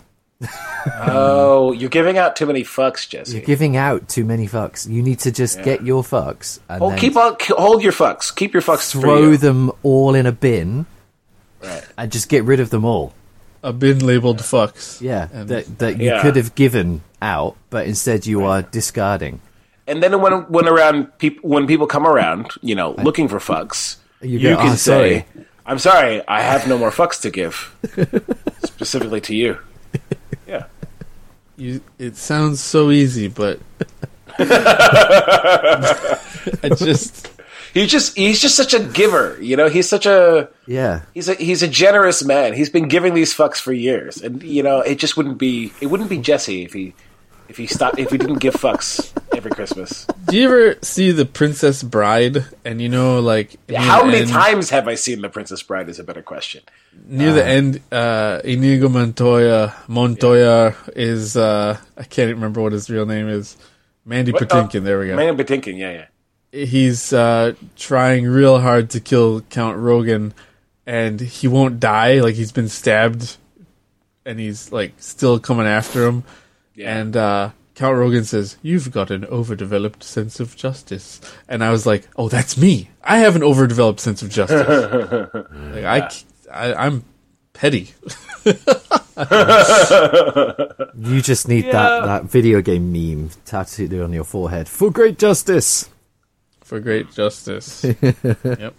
S3: Oh, you're giving out too many fucks, Jesse.
S2: You're giving out too many fucks. You need to just get your fucks and
S3: Well,
S2: then
S3: Oh, keep on, k- hold your fucks. Keep your fucks for
S2: throw
S3: you.
S2: them all in a bin
S3: Right.
S2: and just get rid of them all.
S1: A bin labeled fucks.
S2: Yeah,
S1: And-
S2: that that you
S3: Yeah.
S2: could have given out, but instead you are discarding.
S3: And then when when around peop, when people come around, you know, looking for fucks,
S2: You
S3: you,
S2: go,
S3: can
S2: "Ah,
S3: say, "I'm sorry, I have no more fucks to give," specifically to you. Yeah.
S1: You, it sounds so easy, but I just
S3: He's just he's just such a giver, you know. He's such a
S2: Yeah,
S3: he's a he's a generous man. He's been giving these fucks for years, and you know it just wouldn't be it wouldn't be Jesse if he if he stopped if he didn't give fucks every Christmas.
S1: do you ever see the Princess Bride? And you know, like near
S3: How
S1: the
S3: many
S1: end-
S3: times have I seen The Princess Bride? Is a better question.
S1: near
S3: Um,
S1: the end, uh, Inigo Montoya Montoya is uh, I can't remember what his real name is. Mandy
S3: What-
S1: Patinkin.
S3: oh,
S1: there we go.
S3: Man Patinkin, yeah, yeah.
S1: he's uh, trying real hard to kill Count Rogan, and he won't die. Like he's been stabbed, and he's like still coming after him.
S3: Yeah.
S1: And uh, Count Rogan says, "You've got an overdeveloped sense of justice." And I was like, "Oh, that's me. I have an overdeveloped sense of justice. like I, c- I, am petty."
S2: you just need that that video game meme tattooed on your forehead for great justice.
S1: for great justice. yep.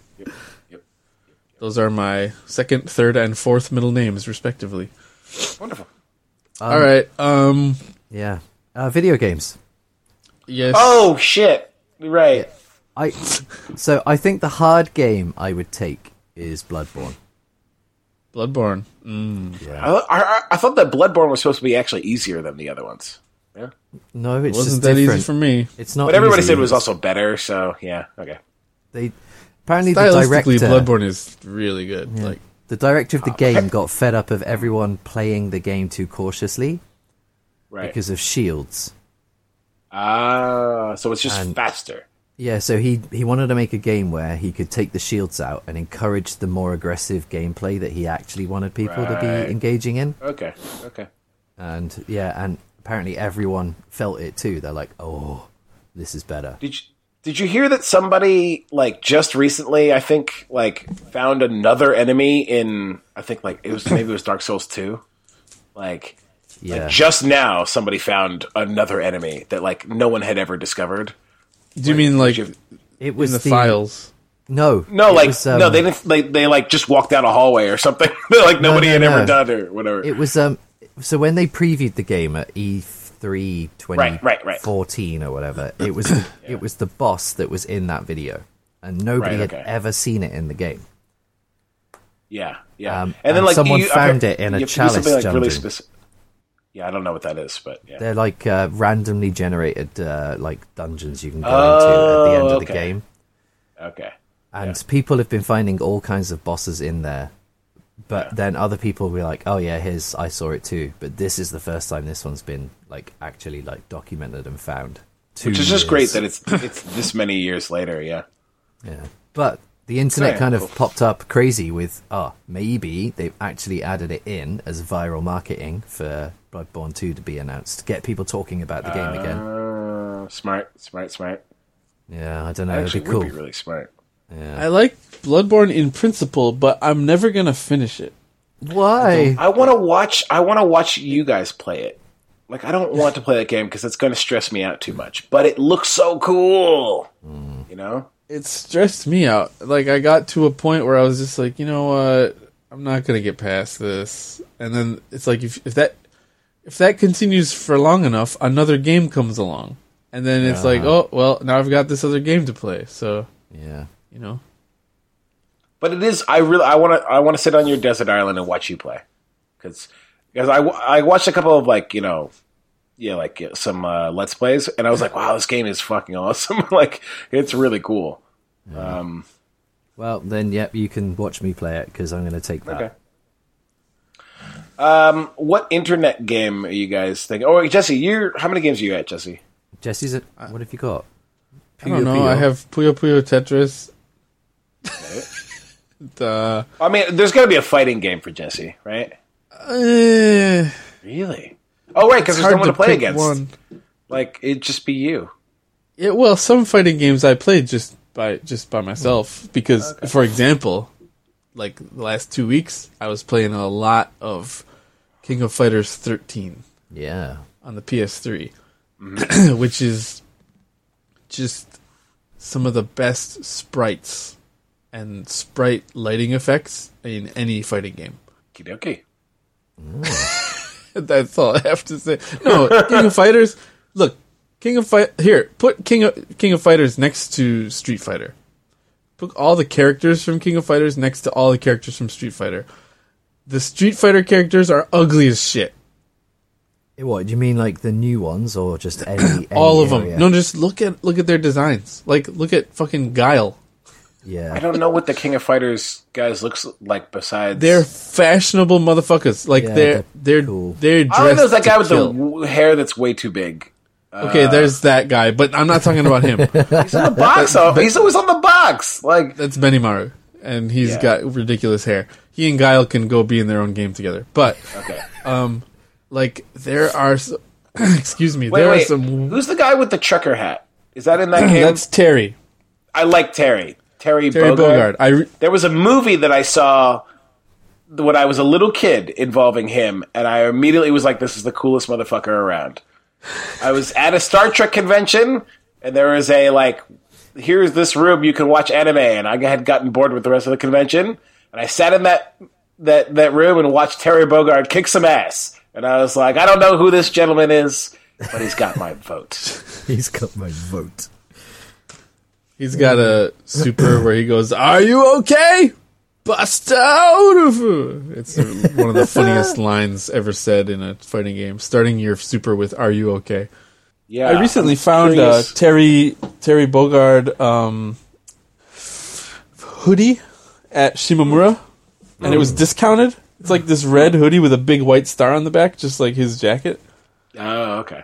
S1: Those are my second, third, and fourth middle names, respectively.
S3: Wonderful.
S1: All right. Um.
S2: Yeah, uh, video games.
S1: Yes.
S3: Oh shit! Right.
S2: I so I think the hard game I would take is Bloodborne.
S1: Bloodborne.
S3: I, I, I thought that Bloodborne was supposed to be actually easier than the other ones. Yeah.
S2: No, it's
S1: Wasn't
S2: just
S1: that
S2: different.
S1: easy for me?
S2: It's not.
S3: But everybody
S2: easy.
S3: said it was also better, so yeah, okay.
S2: They apparently the
S1: Stylistically,
S2: director.
S1: Bloodborne is really good. Like,
S2: The director of the
S3: Ah.
S2: game got fed up of everyone playing the game too cautiously
S3: Right.
S2: because of shields.
S3: Ah, so it's just
S2: And-
S3: faster.
S2: Yeah, so he he wanted to make a game where he could take the shields out and encourage the more aggressive gameplay that he actually wanted people to
S3: Right.
S2: be engaging in.
S3: Okay, okay.
S2: And yeah, and apparently everyone felt it too. They're like, "Oh, this is better."
S3: Did you did you hear that somebody like just recently? I think like found another enemy in I think like it was maybe it was Dark Souls two. Like
S2: Yeah.
S3: just now, somebody found another enemy that like no one had ever discovered.
S1: do you mean like
S3: you-
S2: It
S1: in
S2: was
S1: the files?
S2: No.
S3: No,
S2: it
S3: like
S2: was, um,
S3: no, they didn't. They, they like just walked down a hallway or something. that like nobody
S2: no,
S3: had
S2: no.
S3: ever done or whatever.
S2: It was um. So when they previewed the game at E E3
S3: Right, right, right.
S2: 2014 or whatever, it was the, it was the boss that was in that video, and nobody
S3: Right,
S2: had
S3: okay.
S2: ever seen it in the game.
S3: yeah, yeah.
S2: um, and someone found it in a
S3: you have to do something,
S2: chalice dungeon.
S3: speci- yeah, I don't know what that is, but yeah.
S2: They're like uh, randomly generated uh, like dungeons you can go into at the end of
S3: Oh, okay.
S2: the game,
S3: okay.
S2: and people have been finding all kinds of bosses in there. But then other people were like, "Oh yeah, here's I saw it too." But this is the first time this one's been like actually like documented and found. Two
S3: Which is
S2: years.
S3: just great that it's it's this many years later. Yeah.
S2: Yeah. But the internet
S3: Yeah,
S2: kind of
S3: cool.
S2: popped up crazy with, oh, maybe they've actually added it in as viral marketing for Bloodborne 2 to be announced to get people talking about the game again.
S3: Uh, smart, smart, smart.
S2: Yeah, I don't know.
S3: Actually,
S2: It'd be cool.
S3: would be really smart.
S1: I like Bloodborne in principle, but I'm never gonna finish it.
S2: Why?
S3: I want to watch. I want to watch you guys play it. Like, I don't want to play that game because it's going to stress me out too much. But it looks so cool.
S2: Mm.
S3: You know.
S1: It stressed me out. Like, I got to a point where I was just like, you know what? I'm not gonna get past this. And then it's like if, if that if that continues for long enough, another game comes along, and then it's like, oh well, now I've got this other game to play. So
S2: Yeah.
S1: you know,
S3: But it is. I really. I want to. I want to sit on your desert island and watch you play. Because because I wa- I watched a couple of like you know. Yeah, like uh, some uh, let's plays, and I was like, "Wow, this game is fucking awesome! like, it's really cool."
S2: Well, then, yep, you can watch me play it because I'm going to take that.
S3: Okay. Um, what internet game are you guys thinking? Oh, wait, Jesse, you're how many games are you at, Jesse?
S2: Jesse's. A, what have you got?
S1: Uh, I don't know. I have Puyo Puyo Tetris. uh, Duh.
S3: I mean, there's got to be a fighting game for Jesse, right?
S1: Eh,
S3: Really? Oh, right, because there's no one to play
S1: pick
S3: against. Like, it'd just be you.
S1: Yeah, well, some fighting games I played just by just by myself because, for example, like the last two weeks, I was playing a lot of King of Fighters 13
S2: Yeah.
S1: on the PS3, which is just some of the best sprites and sprite lighting effects in any fighting game.
S3: Kidoki.
S1: That's all I have to say. No, King of Fighters. Look, King of Fight. Here, put King of King of Fighters next to Street Fighter. Put all the characters from King of Fighters next to all the characters from Street Fighter. The Street Fighter characters are ugly as shit.
S2: Eh, What do you mean, like the new ones, or just any? any
S1: all of them.
S2: area?
S1: No, just look at look at their designs. Like look at fucking Guile.
S3: I
S2: Yeah.
S3: don't know what the King of Fighters guys looks like besides.
S1: They're fashionable motherfuckers. Like
S2: Yeah,
S1: they're
S2: they're
S1: they're
S2: cool.
S1: they're
S3: I don't know,
S1: dressed.
S3: there's that guy
S1: to
S3: with
S1: kill.
S3: the w- hair that's way too big.
S1: okay, there's that guy, but I'm not talking about him.
S3: He's on the box. oh, he's always on the box. Like,
S1: that's Benimaru, and he's
S3: Yeah.
S1: got ridiculous hair. He and Guile can go be in their own game together. But um,
S3: okay.
S1: like, there are, s excuse me,
S3: Wait,
S1: there are
S3: wait.
S1: some.
S3: Who's the guy with the trucker hat? Is that in that game?
S1: That's Terry,
S3: I like Terry. Terry,
S1: Terry Bogard. I re-
S3: There was a movie that I saw when I was a little kid involving him, and I immediately was like, "This is the coolest motherfucker around." I was at a Star Trek convention, and there was a like, "Here's this room you can watch anime," and I had gotten bored with the rest of the convention, and I sat in that that that room and watched Terry Bogard kick some ass, and I was like, "I don't know who this gentleman is." But he's got my vote.
S2: He's got my vote.
S1: he's got a super where he goes, "Are you okay?" Bust out of it." It's one of the funniest lines ever said in a fighting game. Starting your super with "Are you okay?"
S3: Yeah,
S1: I recently found uh,
S3: curious.
S1: Terry Terry Bogard um, hoodie at Shimamura, and it was discounted. It's like this red hoodie with a big white star on the back, just like his jacket,
S3: Oh, okay.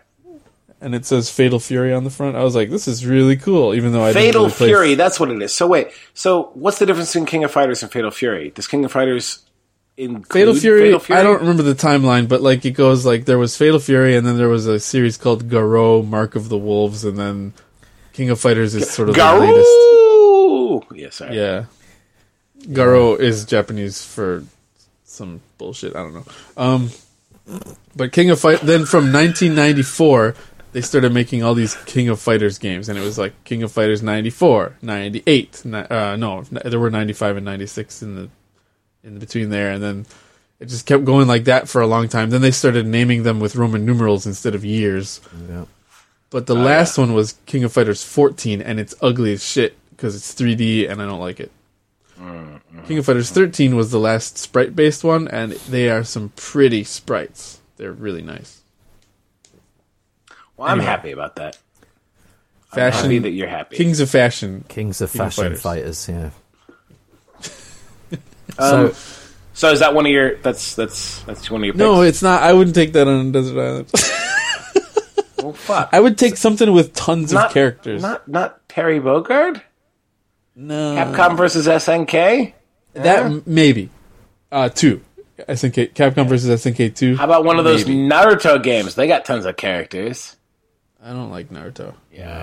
S1: and it says "Fatal Fury" on the front. I was like, "This is really cool," even though I didn't
S3: Fatal
S1: really play-
S3: Fury, that's what it is. So wait, so what's the difference between King of Fighters and Fatal Fury? Does King of Fighters include
S1: Fatal Fury, I don't remember the timeline, but like it goes like there was Fatal Fury, and then there was a series called Garou, Mark of the Wolves, and then King of Fighters is sort of the latest.
S3: Garou. Yeah, sorry.
S1: Yeah. Garo is Japanese for some bullshit. I don't know. Um, but King of Fight. Then from 1994, they started making all these King of Fighters games, and it was like King of Fighters 94, 98. Ni- uh, no, n- there were 95 and 96 in the in between there, and then it just kept going like that for a long time. Then they started naming them with Roman numerals instead of years.
S2: Yeah.
S1: But
S3: Oh,
S1: the last one was King of Fighters 14, and it's ugly as shit because it's 3D, and I don't like it.
S3: Mm-hmm.
S1: King of Fighters 13 was the last sprite-based one, and they are some pretty sprites. They're really nice.
S3: Well, I'm happy about that. I'm happy that
S1: Fashion,
S3: you're happy.
S1: kings of fashion.
S2: Kings of
S1: of
S2: fashion
S1: Fighters.
S2: fighters. Yeah. so
S3: Um, so is that one of your? That's that's that's one of your.
S1: No,
S3: picks?
S1: it's not. I wouldn't take that on a desert island.
S3: Well, fuck.
S1: I would take something with tons
S3: not
S1: of characters.
S3: Not Eh? not Terry Bogard.
S1: no,
S3: Capcom versus SNK.
S1: that m- maybe uh, two. SNK Capcom versus SNK two.
S3: How about one of those
S1: Maybe.
S3: Naruto games? They got tons of characters.
S1: I don't like Naruto.
S3: Yeah.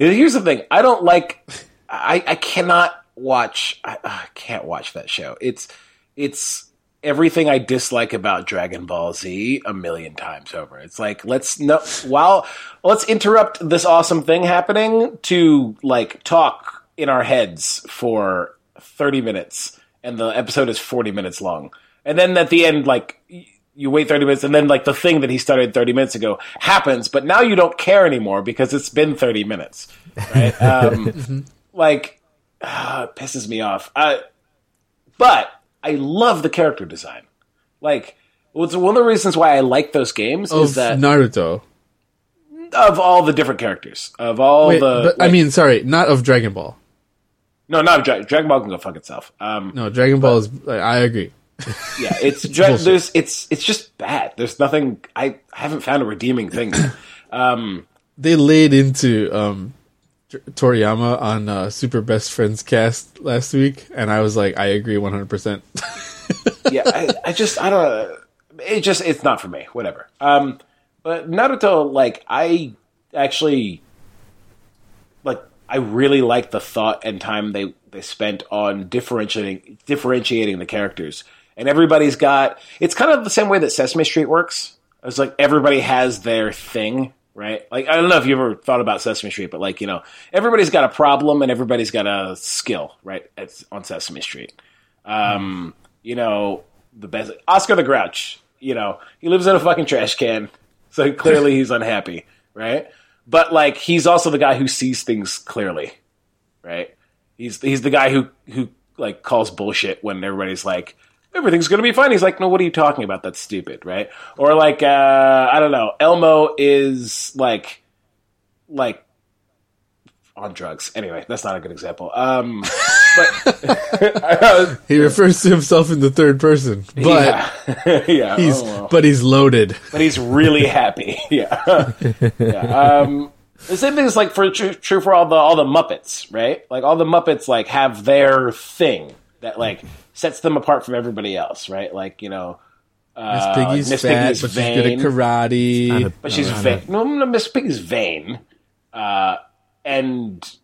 S3: I know. Here's the thing. I don't like. I I cannot watch. I, I can't watch that show. It's it's everything I dislike about Dragon Ball Z a million times over. It's like let's no while let's interrupt this awesome thing happening to like talk in our heads for thirty minutes, and the episode is forty minutes long. And then at the end, like y- you wait 30 minutes and then like the thing that he started 30 minutes ago happens but now you don't care anymore because it's been 30 minutes right um, like ah, it pisses me off I, but i love the character design like it's one of the reasons why i like those games
S1: Of
S3: is that
S1: Naruto.
S3: of all the different characters of all
S1: Wait,
S3: the
S1: but, I
S3: like-
S1: mean, sorry, not of Dragon Ball.
S3: no not Dra- dragon ball can go fuck itself um,
S1: No, Dragon Ball is. I I agree.
S3: yeah, it's dra- there's it's it's just bad. There's nothing I I haven't found a redeeming thing. yet. um,
S1: they laid into um, T- Toriyama on uh, Super Best Friends cast last week, and I was like, I agree 100. percent
S3: yeah, I, I just I don't. It just it's not for me. Whatever. Um, but Naruto, like I actually, like I really like the thought and time they they spent on differentiating differentiating the characters. And everybody's got it's kind of the same way that Sesame Street works. It's like everybody has their thing, right? Like I don't know if you ever thought about Sesame Street, but like you know, everybody's got a problem and everybody's got a skill, right? It's on Sesame Street. Um, you know, the best Oscar the Grouch. You know, he lives in a fucking trash can, so clearly he's unhappy, right? But like, he's also the guy who sees things clearly, right? He's he's the guy who who like calls bullshit when everybody's like everything's gonna be fine. He's like, no, what are you talking about? That's stupid, right? Or like, uh, I don't know, Elmo is like like on drugs. Anyway, that's not a good example. Um, but
S1: He refers to himself in the third person, but
S3: yeah, yeah
S1: he's
S3: oh, well.
S1: but he's loaded.
S3: but he's really happy. Yeah. yeah. Um, the same thing is like for true, true for all the all the Muppets, right? Like all the Muppets like have their thing that like sets them apart from everybody else, right? Like you know, uh,
S1: Miss Piggy's
S3: Miss
S1: fat,
S3: Piggy's
S1: but she's good at
S3: vain.
S1: karate.
S3: but she's vain. No, no, Miss Piggy's vain, uh, and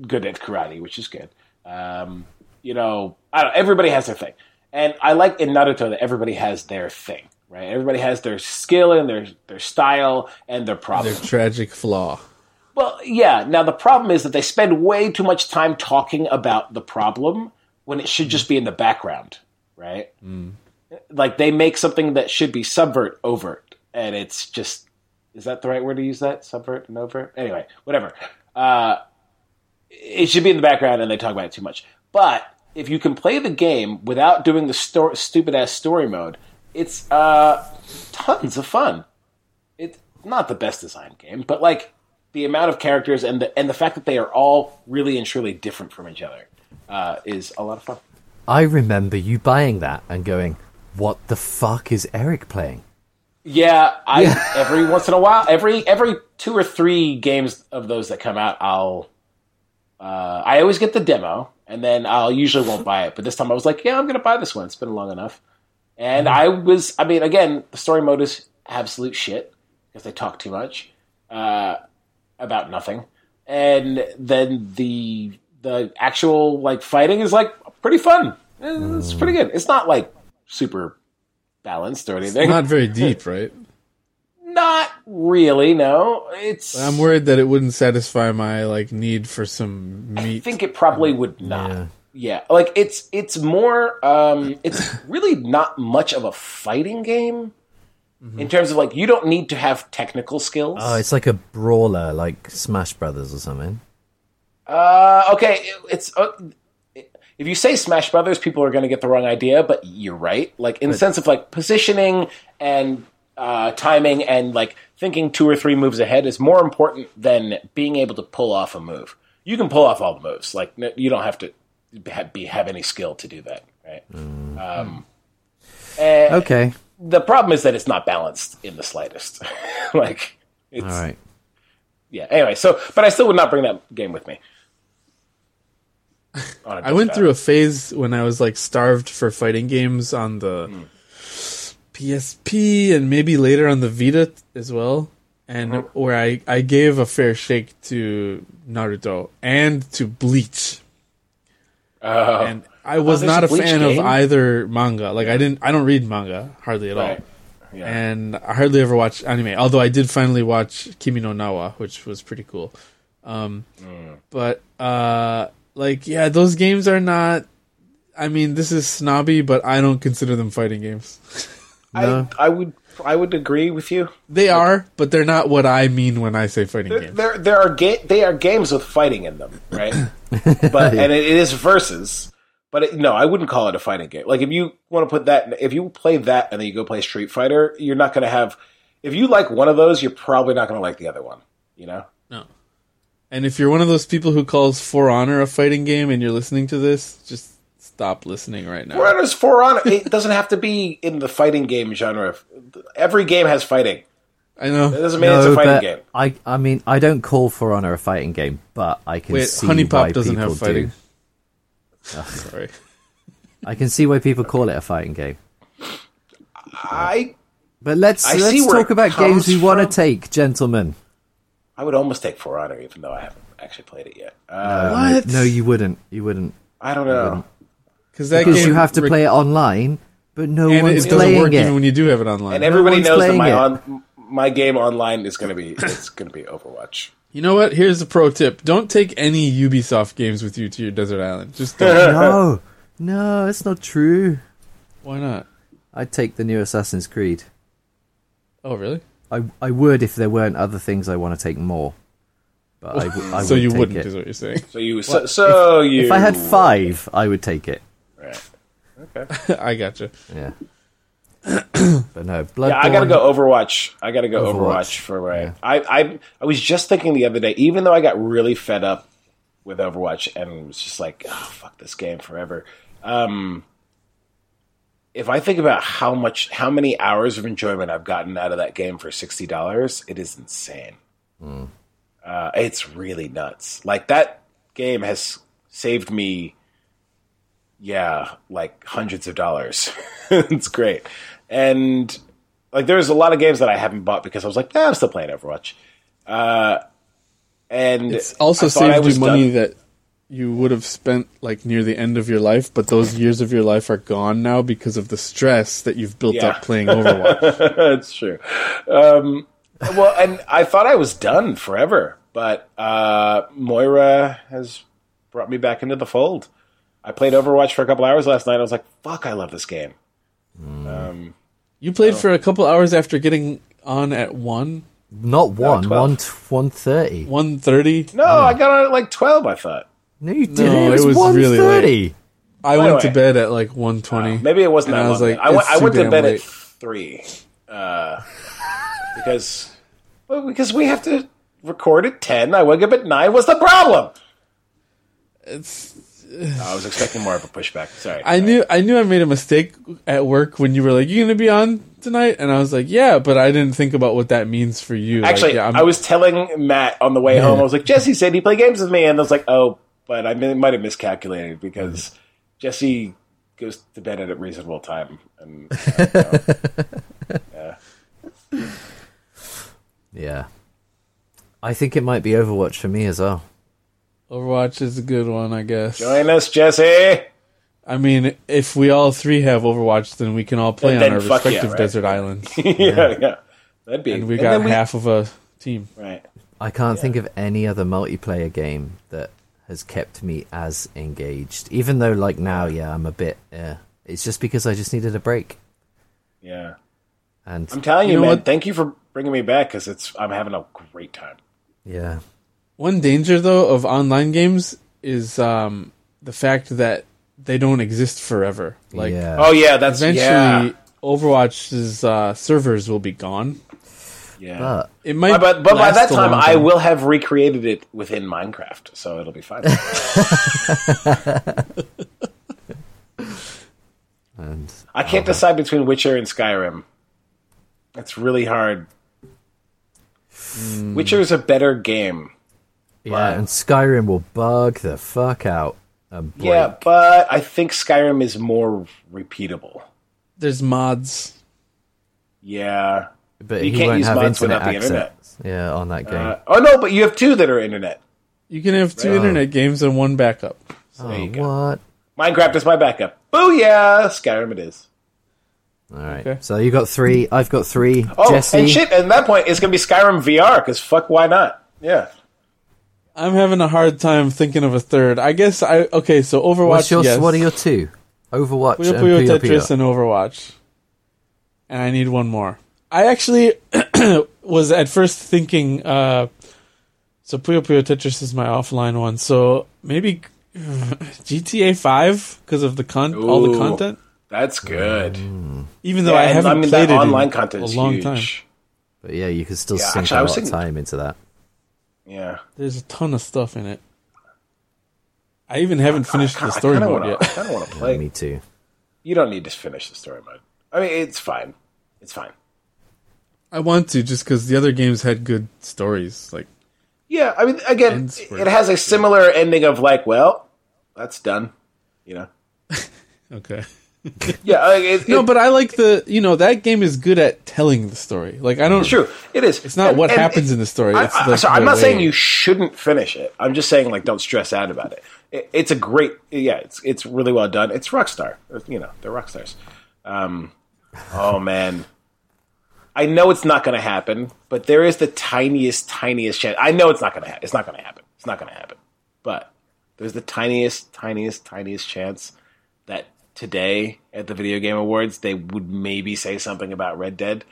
S3: good at karate, which is good. Um, you know, I don't, everybody has their thing, and I like in Naruto that everybody has their thing, right? Everybody has their skill and their their style and their problem.
S1: Their tragic flaw.
S3: Well, yeah. Now the problem is that they spend way too much time talking about the problem when it should just be in the background, right? Like they make something that should be subvert overt, and it's just is that the right word to use that subvert and overt? Anyway, whatever. Uh, it should be in the background, and they talk about it too much. But if you can play the game without doing the sto- stupid ass story mode, it's uh, tons of fun it's not the best designed game, but like the amount of characters and the and the fact that they are all really and truly different from each other uh, is a lot of fun.
S2: I remember you buying that and going, "What the fuck is Eric playing?"
S3: Yeah, I every once in a while, every every two or three games of those that come out, I'll uh, I always get the demo, and then I'll usually won't buy it. But this time, I was like, yeah, I'm gonna buy this one. It's been long enough. And I was, I mean, again, the story mode is absolute shit because they talk too much uh, about nothing, and then the the actual like fighting is like pretty fun. It's pretty good. It's not like super balanced or anything.
S1: Not very deep, right?
S3: Not really. No, it's.
S1: I'm worried that it wouldn't satisfy my like need for some
S3: I
S1: meat.
S3: think it probably would not. Yeah. like it's it's more. Um, it's really not much of a fighting game in terms of like you don't need to have technical skills.
S2: Oh, it's like a brawler, like Smash Brothers or something.
S3: Uh, okay, it- it's. Uh, if you say Smash Brothers, people are going to get the wrong idea, but you're right. Like in the sense of like positioning and uh, timing and like thinking two or three moves ahead is more important than being able to pull off a move. You can pull off all the moves. Like no, you don't have to have, be have any skill to do that, right? Um, and
S2: Okay,
S3: The problem is that it's not balanced in the slightest. like it's
S2: all right.
S3: yeah. Anyway, so but I still would not bring that game with me. On a
S1: I went
S3: discount.
S1: through a phase when I was like starved for fighting games on the
S3: Hmm.
S1: PSP and maybe later on the Vita as well, and
S3: Uh-huh.
S1: where I I gave a fair shake to Naruto and to Bleach,
S3: Oh,
S1: and I was
S3: there's
S1: not
S3: a
S1: a
S3: Bleach
S1: fan
S3: game?
S1: of either manga. Like I didn't I don't read manga hardly at
S3: right.
S1: all.
S3: Yeah.
S1: and I hardly ever watch anime. Although I did finally watch Kimi no Nawa, which was pretty cool. Um, But uh, like, yeah, those games are not. I mean, this is snobby, but I don't consider them fighting games.
S3: I, I would I would agree with you.
S1: They are, but they're not what I mean when I say fighting games.
S3: There there are ga- they are games with fighting in them, right? but and it, it is versus. But it, no, I wouldn't call it a fighting game. Like if you want to put that, if you play that and then you go play Street Fighter, you're not going to have. If you like one of those, you're probably not going to like the other one. You know?
S1: And if you're one of those people who calls For Honor a fighting game and you're listening to this, just stop listening right now.
S3: Four Honor's Four Honor. It doesn't have to be in the fighting game genre. Every game has fighting.
S1: I know.
S3: That doesn't mean it's
S2: No,
S3: a fighting
S2: but
S3: game.
S2: I, I mean, I don't call For Honor a fighting game, but I can
S1: Wait,
S2: see
S1: Honey
S2: why
S1: Pop doesn't
S2: people
S1: have fighting.
S2: do.
S1: Sorry.
S2: I can see why people call it a fighting game.
S3: I
S2: But let's
S3: I see
S2: let's
S3: where
S2: talk
S3: it
S2: about games
S3: comes
S2: we want to
S3: from.
S2: take, gentlemen.
S3: I would almost take For Honor, even though I haven't actually played it yet. Uh,
S1: What?
S2: No, you wouldn't. You wouldn't
S3: I don't know.
S1: Because that
S2: because
S1: game
S2: you have to
S1: re-
S2: play it online, but no
S1: and it,
S2: one's
S1: it doesn't
S2: playing
S1: work
S2: it.
S1: even when you do have it online.
S3: And everybody
S2: one's
S3: knows that
S2: playing
S3: my
S2: it.
S3: on, my game online is gonna be it's gonna be Overwatch.
S1: you know what? Here's a pro tip: don't take any Ubisoft games with you to your desert island. Just don't.
S2: no, no, it's not true.
S1: why not?
S2: I'd take the new Assassin's Creed.
S1: Oh, really?
S2: I I would if there weren't other things I want to take more. But I, w- I
S1: so
S2: would
S1: you
S2: take
S1: wouldn't,
S2: it.
S1: is what you're saying?
S3: So you so, so you
S2: If I had five, I would take it.
S3: Right.
S1: I gotcha.
S2: Yeah. but no, Bloodborne.
S3: Yeah, I gotta go Overwatch. I gotta go Overwatch,
S2: Overwatch.
S3: for my. I, I I was just thinking the other day, even though I got really fed up with Overwatch and was just like, oh, fuck this game forever. Um, if I think about how much, how many hours of enjoyment I've gotten out of that game for sixty dollars, it is insane. Uh, it's really nuts. Like that game has saved me yeah, like hundreds of dollars. it's great. And like there's a lot of games that I haven't bought because I was like, nah, I'm still playing Overwatch. Uh and
S1: It's also
S3: I thought I
S1: saved
S3: was
S1: you money
S3: done-
S1: that you would have spent like near the end of your life, but those years of your life are gone now because of the stress that you've built
S3: Yeah.
S1: up playing Overwatch.
S3: That's true. Um, well, and I thought I was done forever, but uh, Moira has brought me back into the fold. I played Overwatch for a couple hours last night. I was like, "Fuck, I love this game."
S1: you played
S3: Oh.
S1: for a couple hours after getting on at one
S2: Not one,
S3: twelve.
S2: one, t- one thirty.
S1: one thirty.
S3: No, I got on at like twelve. I thought
S2: No, you didn't.
S1: No,
S2: it was,
S1: it was really
S2: 1:30.
S1: I went to
S3: way.
S1: bed at like one twenty.
S3: maybe it wasn't.
S1: And
S3: that
S1: I was
S3: long.
S1: like,
S3: I went,
S1: "It's
S3: I
S1: too
S3: went to
S1: damn
S3: bed at
S1: late."
S3: three uh, because well, because we have to record at ten. I wake up at nine. What's the problem?
S1: It's,
S3: I was expecting more of a pushback. Sorry,
S1: I knew I knew I made a mistake at work when you were like, "You gonna be on tonight?" And I was like, "Yeah," but I didn't think about what that means for you. Like,
S3: Actually,
S1: yeah, I'm-
S3: I was telling Matt on the way home. I was like, Jesse said he played games with me, and I was like, oh, but I mi- might have miscalculated because Jesse goes to bed at a reasonable time. And
S2: Yeah. I think it might be Overwatch for me as well.
S1: Overwatch is a good one, I guess.
S3: join us, Jesse.
S1: I mean, if we all three have Overwatch, then we can all play on
S3: Then
S1: our
S3: fuck yeah,
S1: respective
S3: right.
S1: desert islands.
S3: yeah, yeah, that'd be.
S1: And we
S3: and
S1: got
S3: then we-
S1: half of a team.
S3: Right.
S2: I can't think of any other multiplayer game that has kept me as engaged. Even though, like now, yeah, I'm a bit. Uh, it's just because I just needed a break.
S3: Yeah.
S2: And
S3: I'm telling you,
S1: You know
S3: man.
S1: what?
S3: Thank you for bringing me back because it's. I'm having a great time.
S2: yeah,
S1: One danger, though, of online games is um, the fact that they don't exist forever. Like,
S2: yeah,
S3: Oh yeah, that's
S1: eventually,
S3: yeah.
S1: Overwatch's uh, servers will be gone.
S3: yeah.
S2: but
S1: It might,
S3: but but by
S1: last
S3: that
S1: a
S3: time,
S1: long
S3: I will have recreated it within Minecraft, so it'll be fine. oh,
S2: and
S3: I can't decide between Witcher and Skyrim. It's really hard.
S1: Hmm.
S3: Witcher is a better game.
S2: yeah, and Skyrim will bug the fuck out. And break.
S3: Yeah, but I think Skyrim is more repeatable.
S1: There's mods.
S3: Yeah.
S2: but
S3: you
S2: he
S3: can't
S2: won't
S3: use
S2: have
S3: mods
S2: internet
S3: without the
S2: access.
S3: internet.
S2: Yeah, on that game.
S3: Uh, oh no, but you have two that are internet.
S1: You can have two internet games and one backup.
S2: oh,
S3: there you go.
S2: what?
S3: Minecraft is my backup. Booyah! Skyrim it is.
S2: All right.
S1: Okay.
S2: So you got three. I've got three.
S3: Oh,
S2: Jesse,
S3: and shit, at that point, it's going to be Skyrim VR, because fuck, why not? Yeah.
S1: I'm having a hard time thinking of a third. I guess I okay. So Overwatch.
S2: what's your?
S1: yes.
S2: What are your two? Overwatch
S1: Puyo
S2: and
S1: Puyo
S2: Puyo
S1: Tetris
S2: Puyo.
S1: and Overwatch. And I need one more. I actually was at first thinking uh so Puyo Puyo Tetris is my offline one. So maybe GTA 5 because of the con- all the
S3: Ooh.
S1: content.
S3: That's good.
S1: Even though
S3: Yeah,
S1: I
S3: and
S1: haven't played it
S3: that
S1: in
S3: online content
S1: a
S3: is
S1: long
S3: huge.
S1: time.
S2: But yeah, you could still
S3: Yeah,
S2: sink
S3: actually, I
S2: a
S3: was
S2: lot of
S3: thinking-
S2: time into that.
S3: Yeah.
S1: There's a ton of stuff in it. I even haven't finished the story
S3: I kinda
S1: mode
S3: wanna-
S1: yet.
S3: I kind of want to
S2: Yeah,
S3: play.
S2: me too.
S3: You don't need to finish the story mode. I mean, it's fine. It's fine.
S1: I want to just because the other games had good stories. Like
S3: Yeah, I mean, again,
S1: Ends for-
S3: it has a similar ending of like, well, that's done. You know.
S1: okay.
S3: Yeah. like, It,
S1: No,
S3: it-
S1: but I like the you know that game is good at telling the story. Like I don't.
S3: it's true. It is.
S1: It's not what happens in the story.
S3: I,
S1: It's the,
S3: so I'm
S1: the
S3: not saying
S1: way.
S3: you shouldn't finish it. I'm just saying like don't stress out about it. it it's a great. Yeah, it's it's really well done. It's Rockstar. Or, You know, they're Rockstars. Um, oh man. I know it's not going to happen, but there is the tiniest, tiniest chance. I know it's not going to happen. It's not going to happen. It's not going to happen. But there's the tiniest, tiniest, tiniest chance that today at the Video Game Awards they would maybe say something about Red Dead.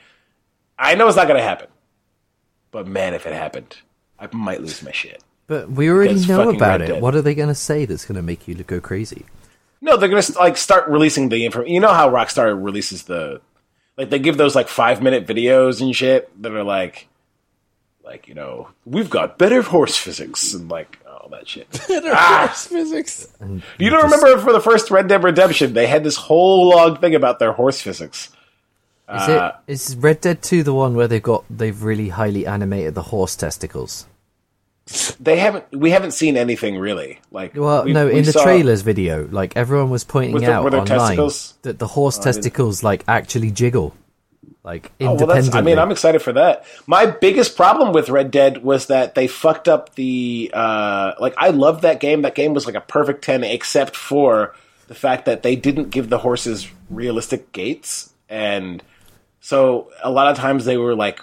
S3: I know it's not going to happen, but man, if it happened, I might lose my shit.
S2: But we already
S3: Because
S2: know
S3: fucking
S2: about
S3: Red
S2: it.
S3: Dead.
S2: What are they going to say that's going to make you go crazy?
S3: No, they're gonna like start releasing the info. You know how Rockstar releases the like they give those like five minute videos and shit that are like like you know we've got better horse physics and like all that shit.
S1: Ah! physics.
S3: You don't remember for the first Red Dead Redemption they had this whole long thing about their horse physics.
S2: Is
S3: Uh,
S2: it is Red Dead Two the one where they've got they've really highly animated the horse testicles?
S3: They haven't we haven't seen anything really like
S2: Well,
S3: we-
S2: no,
S3: we
S2: in the
S3: saw-
S2: trailers video, like everyone was pointing
S3: Was there-
S2: out
S3: were there
S2: online
S3: testicles? Oh,
S2: that the horse testicles like actually jiggle, like
S3: Well,
S2: independently.
S3: that's, I mean, I'm excited for that. My biggest problem with Red Dead was that they fucked up the. Uh, like, I loved that game. That game was like a perfect 10, except for the fact that they didn't give the horses realistic gaits. And so a lot of times they were like.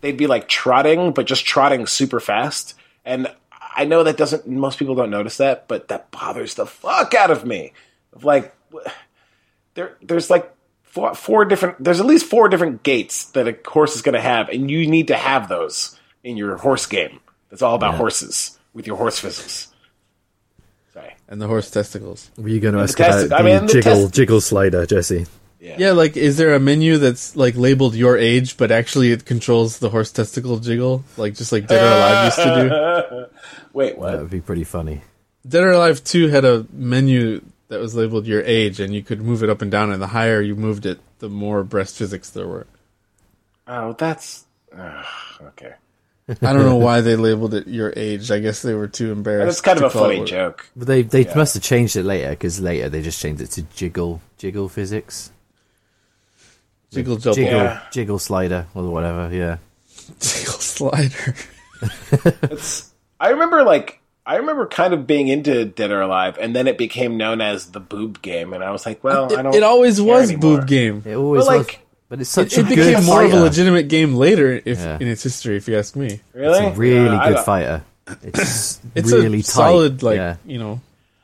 S3: They'd be like trotting, but just trotting super fast. And I know that doesn't. Most people don't notice that, but that bothers the fuck out of me. Of Like there there's like four, four different there's at least four different gates that a horse is going to have and you need to have those in your horse game that's all about horses with your horse physics sorry
S1: And the horse testicles.
S2: Were you going to ask
S3: testi-
S2: about
S3: I
S2: the
S3: mean, the
S2: jiggle
S3: test-
S2: jiggle slider, Jesse?
S1: Yeah, like is there a menu that's like labeled your age, but actually it controls the horse testicle jiggle, like just like Dead or Alive used
S3: Uh.
S1: to
S3: wait what
S2: That would be pretty funny.
S1: do. Dead or Alive Two had a menu that was labeled your age, and you could move it up and down, and the higher you moved it, the more breast physics there were.
S3: oh that's ugh, okay
S1: I don't know why they labeled it your age. I guess they were too embarrassed.
S3: that's kind of
S1: to
S3: a
S1: call it
S3: funny
S1: what-
S3: joke
S2: But they they must have changed it later because later they just changed it to jiggle jiggle physics,
S1: Jiggle jumble.
S2: jiggle
S3: Yeah.
S2: jiggle slider or whatever. Yeah,
S1: Jiggle slider.
S3: it's i remember like i remember kind of being into dead or alive and then it became known as the boob game and i was like well i don't
S1: It always
S3: care
S1: was
S3: anymore.
S1: boob game.
S2: it always
S3: But,
S2: was.
S3: like,
S2: But it's such
S1: It
S2: a good
S1: became more of a
S2: fighter.
S1: legitimate game later, if
S2: Yeah.
S1: in its history, if you ask me.
S3: really
S2: It's a really
S3: Yeah, I
S2: good
S3: don't-
S2: fighter. It's,
S1: It's
S2: really
S1: a
S2: tight.
S1: solid, like
S2: yeah.
S1: you know,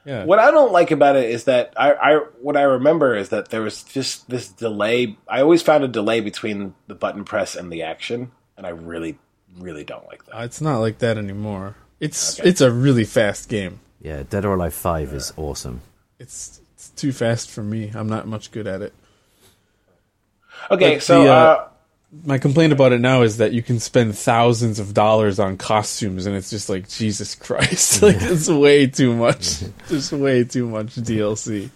S1: yeah.
S3: What I don't like about it is that I, I what I remember is that there was just this delay. I always found a delay between the button press and the action, and I really, really don't like that.
S1: It's not like that anymore. It's
S3: Okay.
S1: it's a really fast game.
S2: yeah, Dead or Alive Five is awesome.
S1: It's it's too fast for me. I'm not much good at it.
S3: Okay,
S1: Like
S3: so
S1: the, uh,
S3: uh,
S1: My complaint about it now is that you can spend thousands of dollars on costumes, and it's just like Jesus Christ, like it's way too much. Just way too much DLC.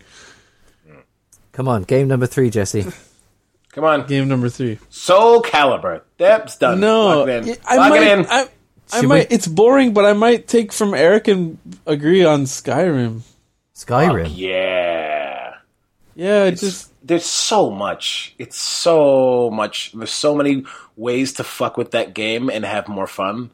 S2: Come on, game number three, Jesse.
S3: come on,
S1: Game number three.
S3: Soul Calibur. That's done.
S1: No,
S3: Lock it in.
S1: I
S3: Lock
S1: might.
S3: it in.
S1: I, I
S2: Should
S1: might.
S2: we-
S1: It's boring, but I might take from Eric and agree on Skyrim.
S2: Skyrim.
S3: yeah.
S1: Yeah, it just
S3: there's so much. It's so much. There's so many ways to fuck with that game and have more fun.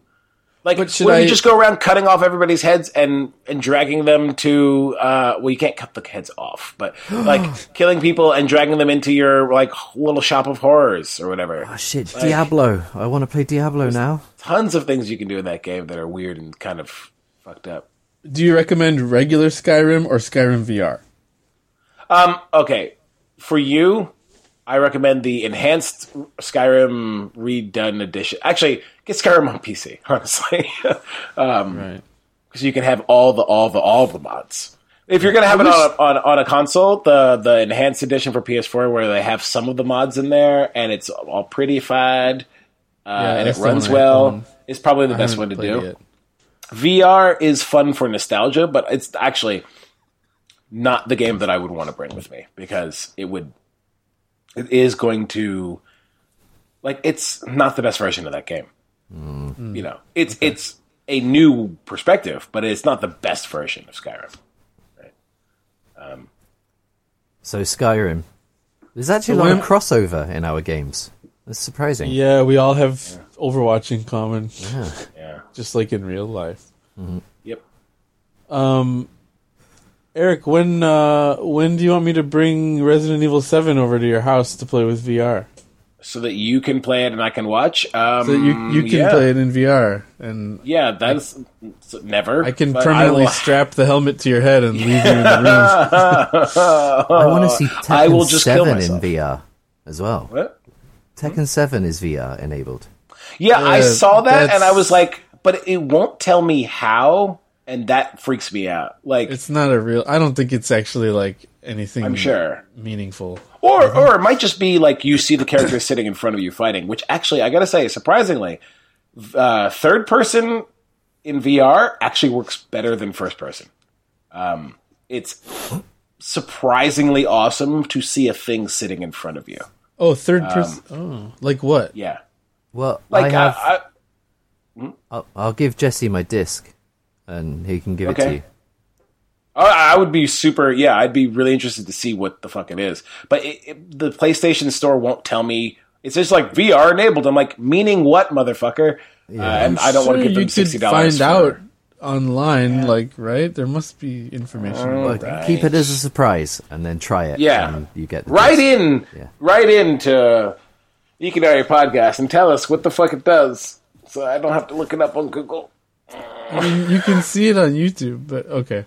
S3: Like,
S1: But
S3: would
S1: should I-
S3: you just go around cutting off everybody's heads and and dragging them to? Uh, well, you can't cut the heads off, but like killing people and dragging them into your like little shop of horrors or whatever.
S2: Oh, shit, Diablo. I want to play Diablo now.
S3: Tons of things you can do in that game that are weird and kind of fucked up.
S1: do you recommend regular Skyrim or Skyrim VR?
S3: Um, okay, for you, I recommend the enhanced Skyrim redone edition. Actually, get Skyrim on PC, honestly, because Uh,
S1: Right.
S3: you can have all the all the all the mods. If you're gonna have it on, a- on on a console, the the enhanced edition for PS4, where they have some of the mods in there, and it's all prettyfied, uh, and it
S1: that's the one
S3: runs
S1: I-
S3: well,
S1: um,
S3: is probably the
S1: I
S3: best
S1: haven't
S3: one to
S1: played
S3: do.
S1: it yet.
S3: VR is fun for nostalgia, but it's actually not the game that I would want to bring with me because it would it is going to like it's not the best version of that game.
S1: Mm.
S3: You know, it's it's a new perspective, but it's not the best version of Skyrim.
S2: So Skyrim. There's actually a lot of crossover in our games. That's surprising.
S1: Yeah, we all have Overwatch in common,
S3: Yeah.
S1: just like in real life.
S3: Yep.
S1: Eric, when uh, when do you want me to bring Resident Evil Seven over to your house to play with VR?
S3: So that you can play it and I can watch. Um,
S1: So you you can
S3: yeah.
S1: play it in VR, and
S3: Yeah, that's so never.
S1: I can
S3: but
S1: permanently
S3: will-
S1: strap the helmet to your head and leave you in the room.
S2: I want to see Tekken
S3: I will just kill
S2: 7 in
S3: myself.
S2: VR as well.
S3: What?
S2: Tekken 7 is VR enabled.
S3: Yeah, I
S1: Yeah,
S3: saw that and I
S1: that's-
S3: was like, but it won't tell me how, and that freaks me out. Like,
S1: It's not a real. I don't think it's actually like anything.
S3: I'm sure.
S1: meaningful.
S3: Or,
S1: Mm-hmm.
S3: or it might just be like you see the character sitting in front of you fighting, which actually, I gotta say, surprisingly, uh, third person in VR actually works better than first person. Um, it's surprisingly awesome to see a thing sitting in front of you.
S1: Oh, third person. oh, like what?
S3: Um, Yeah.
S2: Well, I
S3: Like,
S2: have.
S3: I, I,
S2: I'll, I'll give Jesse my disc, and he can give it to
S3: Okay.
S2: you.
S3: I I would be super. Yeah, I'd be really interested to see what the fuck it is. But it, it, the PlayStation Store won't tell me. It's just like VR enabled. I'm like, meaning what, motherfucker? Uh, and I don't want to
S1: Sure,
S3: give them
S1: you could
S3: sixty dollars.
S1: Find out online, like right? There must be information.
S3: Oh,
S1: about
S2: But Keep it as a surprise, and then try it.
S3: Yeah.
S2: and you get the
S3: Right
S2: disc.
S3: in, right into Econaria Podcast and tell us what the fuck it does, so I don't have to look it up on Google.
S1: I mean, you can see it on YouTube, but okay.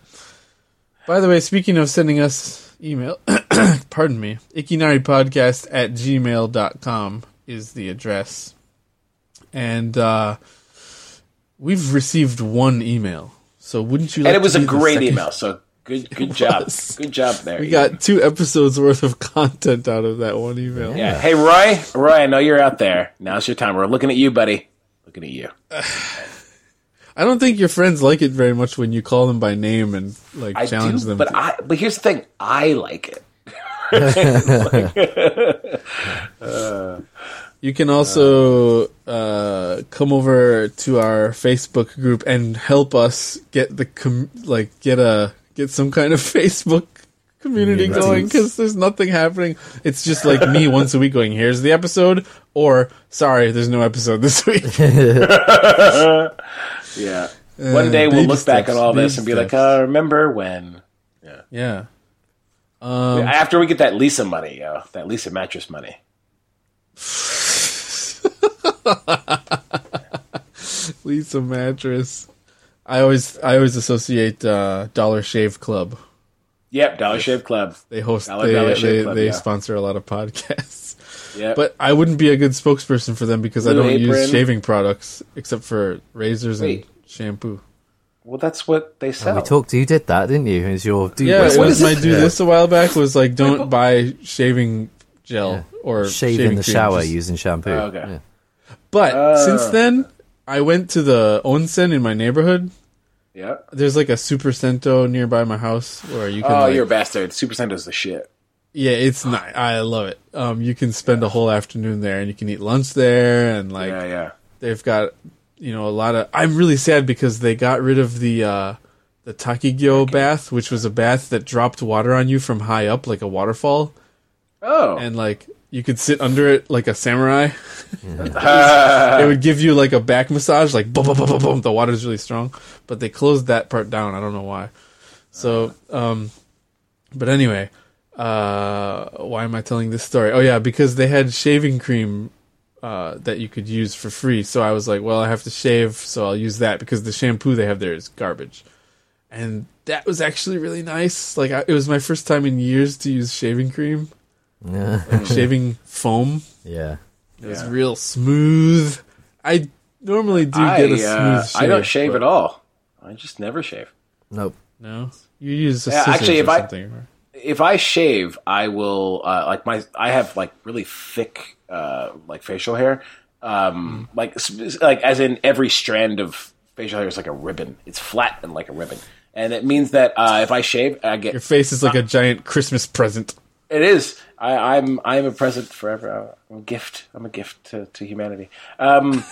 S1: By the way, speaking of sending us email, pardon me, ikinaripodcast at gmail.com is the address. And uh, we've received one email. So wouldn't you like
S3: And it was
S1: to
S3: a
S1: be the
S3: great
S1: second-
S3: email. So good, good job,
S1: was.
S3: good job there.
S1: We got two episodes worth of content out of that one email.
S3: Yeah. Hey, Roy. Roy, I know you're out there. Now's your time. We're looking at you, buddy. Looking at you.
S1: I don't think your friends like it very much when you call them by name and like
S3: I
S1: challenge
S3: do,
S1: them.
S3: but
S1: to-
S3: I. But here's the thing. I like it.
S1: You can also uh, come over to our Facebook group and help us get the com- like get a get some kind of Facebook community
S2: Community.
S1: going because there's nothing happening. It's just like me once a week going, "Here's the episode," or "Sorry, there's no episode this week."
S3: Yeah. One day
S1: Uh,
S3: we'll
S1: baby
S3: look back
S1: steps,
S3: on all this
S1: baby
S3: and be like,
S1: steps.
S3: uh, remember when?
S1: yeah, Um,
S3: After we get that Lisa money, yo, that Lisa mattress money.
S1: Lisa mattress. I always I always associate uh, Dollar Shave Club.
S3: Yep, Dollar Shave Club.
S1: They host
S3: Dollar-
S1: they
S3: Dollar Shave
S1: they,
S3: Club,
S1: they
S3: yeah.
S1: sponsor a lot of podcasts.
S3: Yep.
S1: But I wouldn't be a good spokesperson for them because I
S3: Blue
S1: don't use
S3: Apron.
S1: shaving products except for razors
S3: Wait.
S1: and shampoo.
S3: well, that's what they sell.
S2: We talked. You did that, didn't you? As your dude.
S1: Yeah,
S2: was-
S1: it
S3: what
S1: was
S3: is
S1: my
S3: this?
S1: do
S2: Yeah.
S1: this a while back was like don't buy shaving gel or
S2: shave
S1: shaving
S2: in the
S1: cream,
S2: shower
S1: just-
S2: using shampoo.
S3: Oh, okay.
S2: Yeah.
S1: But
S3: Ah.
S1: since then, I went to the onsen in my neighborhood.
S3: yeah.
S1: There's like a super sento nearby my house where you can.
S3: Oh,
S1: like-
S3: you're a bastard. Super Sendo's the shit.
S1: Yeah, it's nice. I love it. Um, you can spend a whole afternoon there, and you can eat lunch there, and like
S3: Yeah, yeah.
S1: they've got you know a lot of i'm really sad because they got rid of the uh the takigyo bath which was a bath that dropped water on you from high up like a waterfall
S3: Oh,
S1: and like you could sit under it like a samurai it would give you like a back massage like boom boom boom boom boom the water's really strong but they closed that part down i don't know why so um but anyway uh why am i telling this story oh yeah because they had shaving cream uh, that you could use for free. So I was like, well, I have to shave, so I'll use that because the shampoo they have there is garbage. And that was actually really nice. Like I, it was my first time in years to use shaving cream, like shaving foam.
S2: Yeah.
S1: It was
S3: Yeah.
S1: real smooth. I normally do
S3: I,
S1: get a smooth
S3: uh,
S1: shave.
S3: I don't shave
S1: but-
S3: at all. I just never shave.
S2: Nope.
S1: No, you use a
S3: Yeah,
S1: scissors
S3: actually, if
S1: or
S3: I-
S1: something.
S3: if I shave, I will uh, like my I have like really thick uh, like facial hair, um, like s- like as in every strand of facial hair is like a ribbon. It's flat and like a ribbon, and it means that uh, if I shave, I get
S1: Your face is like a giant Christmas present.
S3: It is. I, I'm I'm a present forever. I'm a gift. I'm a gift to, to humanity. Um,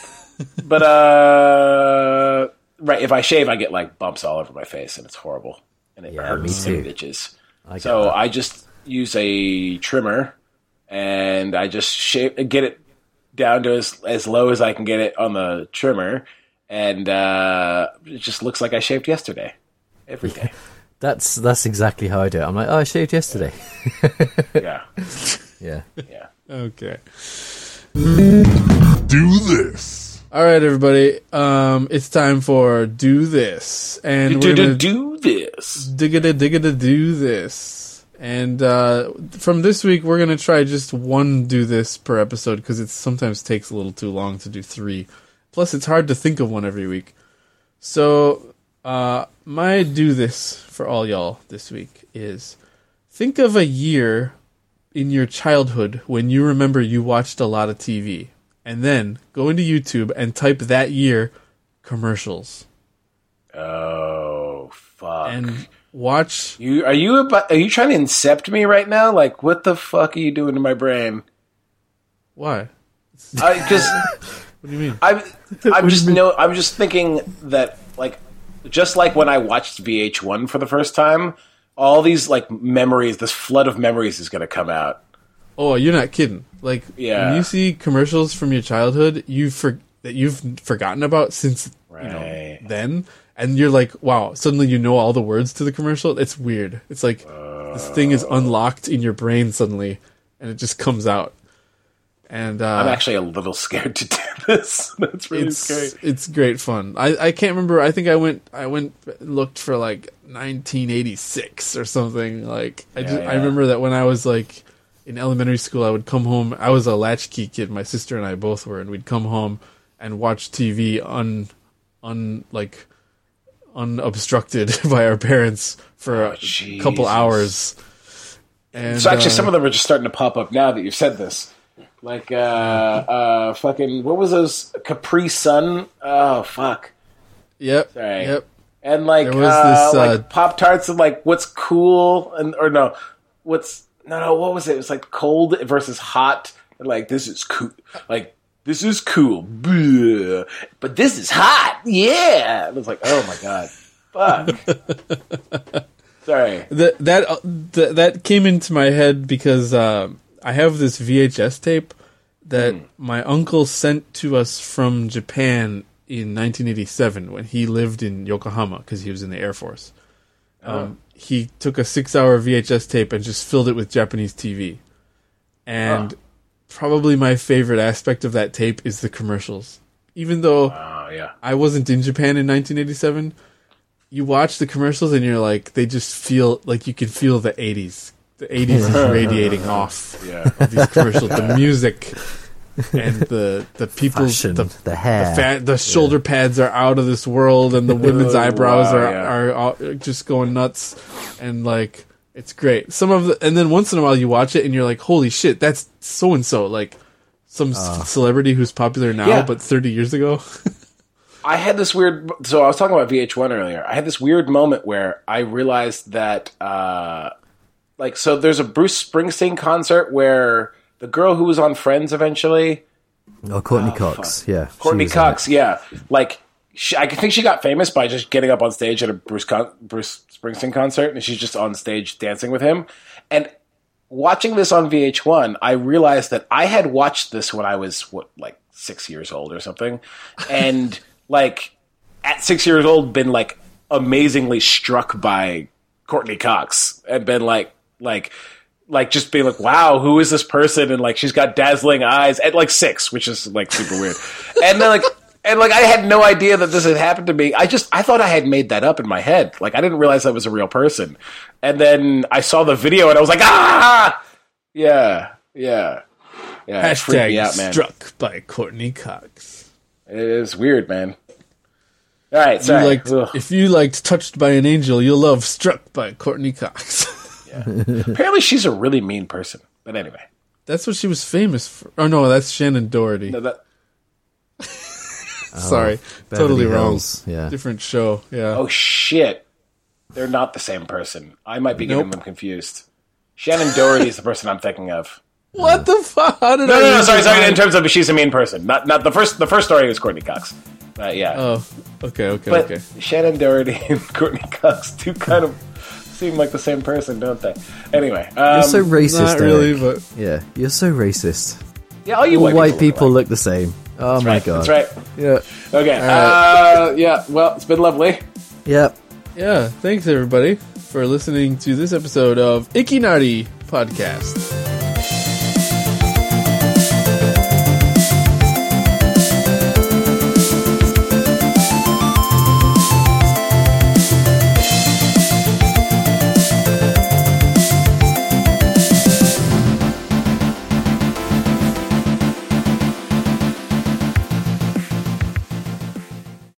S3: but uh, right, if I shave, I get like bumps all over my face, and it's horrible, and it
S2: Yeah,
S3: hurts
S2: me
S3: and
S2: too.
S3: it itches.
S2: get
S3: so
S2: that.
S3: I just use a trimmer, and I just shave get it down to as as low as I can get it on the trimmer, and uh, it just looks like I shaved yesterday. Every day,
S2: That's that's exactly how I do it. I'm like, oh, I shaved yesterday.
S3: yeah,
S2: Yeah.
S3: yeah.
S1: Okay.
S4: Do this.
S1: All right, everybody. Um, it's time for do this, and
S3: Do,
S1: we're gonna
S3: do, do this.
S1: diggada diggada do this. And uh, from this week, we're gonna try just one do this per episode because it sometimes takes a little too long to do three. Plus, it's hard to think of one every week. So, uh, my do this for all y'all this week is think of a year in your childhood when you remember you watched a lot of TV, and then go into YouTube and type that year commercials
S3: Oh fuck!
S1: and watch
S3: you are you about, are you trying to incept me right now? Like, what the fuck are you doing to my brain?
S1: why.
S3: I just
S1: What do you mean?
S3: I'm I'm just no I'm just thinking that like just like when I watched VH1 for the first time, all these like memories, this flood of memories is going to come out.
S1: Oh, you're not kidding. Like
S3: Yeah.
S1: when you see commercials from your childhood, you for that you've forgotten about since you know
S3: Right.
S1: then, and you're like, wow, suddenly you know all the words to the commercial. It's weird. It's like this thing is unlocked in your brain suddenly, and it just comes out. And uh,
S3: I'm actually a little scared to do this. That's really
S1: it's
S3: scary.
S1: it's great fun. I, I can't remember. I think I went I went looked for like 1986 or something. Like I just, I
S3: yeah.
S1: remember that when I was like in elementary school, I would come home. I was a latchkey kid. My sister and I both were, and we'd come home and watch TV un un like unobstructed by our parents for a
S3: Oh, Jesus.
S1: couple hours. And
S3: So actually,
S1: uh,
S3: some of them are just starting to pop up now that you've said this. Like uh, uh, fucking what was those Capri Sun? Oh fuck!
S1: yep
S3: Sorry.
S1: yep
S3: And like
S1: There was
S3: uh,
S1: this, uh,
S3: like Pop Tarts and like what's cool and or no, what's no no what was it? It was like cold versus hot. And like this is cool. Like this is cool. Bleh. But this is hot. Yeah. It was like oh my god. Fuck. Sorry.
S1: that that uh, th- that came into my head because uh, I have this VHS tape that my uncle sent to us from Japan in 1987 when he lived in Yokohama because he was in the Air Force. Um, He took a six-hour VHS tape and just filled it with Japanese TV, and probably my favorite aspect of that tape is the commercials. Even though
S3: Oh yeah.
S1: I wasn't in Japan in 1987. You watch the commercials and you're like, they just feel like you can feel the 80s. The 80s is radiating off
S3: Yeah.
S1: of these commercials. The music and the the people's
S2: Fashion,
S1: the,
S2: the, hair.
S1: fat, the shoulder pads are out of this world, and the women's
S3: Oh,
S1: eyebrows
S3: wow,
S1: are
S3: yeah.
S1: are all- just going nuts, and like it's great. Some of the, and then once in a while you watch it and you're like, holy shit, that's so and so like. Some s- celebrity who's popular now,
S3: Uh. Yeah.
S1: but 30 years ago.
S3: I had this weird. So I was talking about VH1 earlier. I had this weird moment where I realized that, uh, like, so there's a Bruce Springsteen concert where the girl who was on Friends eventually,
S2: Oh, Courtney Cox. Yeah. she
S3: Ah, Courtney
S2: was on
S3: Cox, yeah, like, she, I think she got famous by just getting up on stage at a Bruce con- Bruce Springsteen concert, and she's just on stage dancing with him. And watching this on VH1, I realized that I had watched this when I was what, like six years old or something, and like at six years old, been like amazingly struck by Courtney Cox and been like, like, like just being like, wow, who is this person? And like, she's got dazzling eyes at like six, which is like super weird. and then like. And like I had no idea that this had happened to me. I just I thought I had made that up in my head. Like I didn't realize I was a real person. And then I saw the video and I was like, ah, yeah, yeah, yeah. it freaked me
S1: Hashtag
S3: out, man.
S1: struck by Courtney Cox.
S3: It is weird, man. All right,
S1: You
S3: sorry.
S1: liked,
S3: Ugh.
S1: if you liked Touched by an Angel, you'll love Struck by Courtney Cox.
S3: Apparently, she's a really mean person. But anyway,
S1: that's what she was famous for. Oh no, that's Shannon Doherty.
S3: no, that,
S1: Sorry,
S2: Oh, Beverly
S1: totally
S2: Hills,
S1: wrong.
S2: yeah.
S1: different show. Yeah.
S3: oh shit, they're not the same person. I might be
S1: Nope.
S3: getting them confused. Shannon Doherty is the person I'm thinking of.
S1: What the fuck? How did
S3: No,
S1: I
S3: no, no.
S1: lose
S3: Sorry,
S1: my
S3: sorry.
S1: mind?
S3: In terms of she's a mean person. Not, not the first. The first story was Courtney Cox. Uh, yeah,
S1: Oh, okay, okay,
S3: but
S1: okay.
S3: Shannon Doherty and Courtney Cox do kind of seem like the same person, don't they? Anyway, um,
S2: You're so racist.
S1: Not really,
S2: Eric.
S1: but
S2: Yeah, you're so racist.
S3: yeah, all you
S2: All white,
S3: white,
S2: people
S3: look
S2: look the same. Oh my
S3: alike.
S2: god.
S3: That's right. That's right.
S2: Yeah.
S3: Okay. Uh, yeah. Well, it's been lovely.
S2: Yep.
S1: yeah. Thanks everybody for listening to this episode of Icky Naughty Podcast.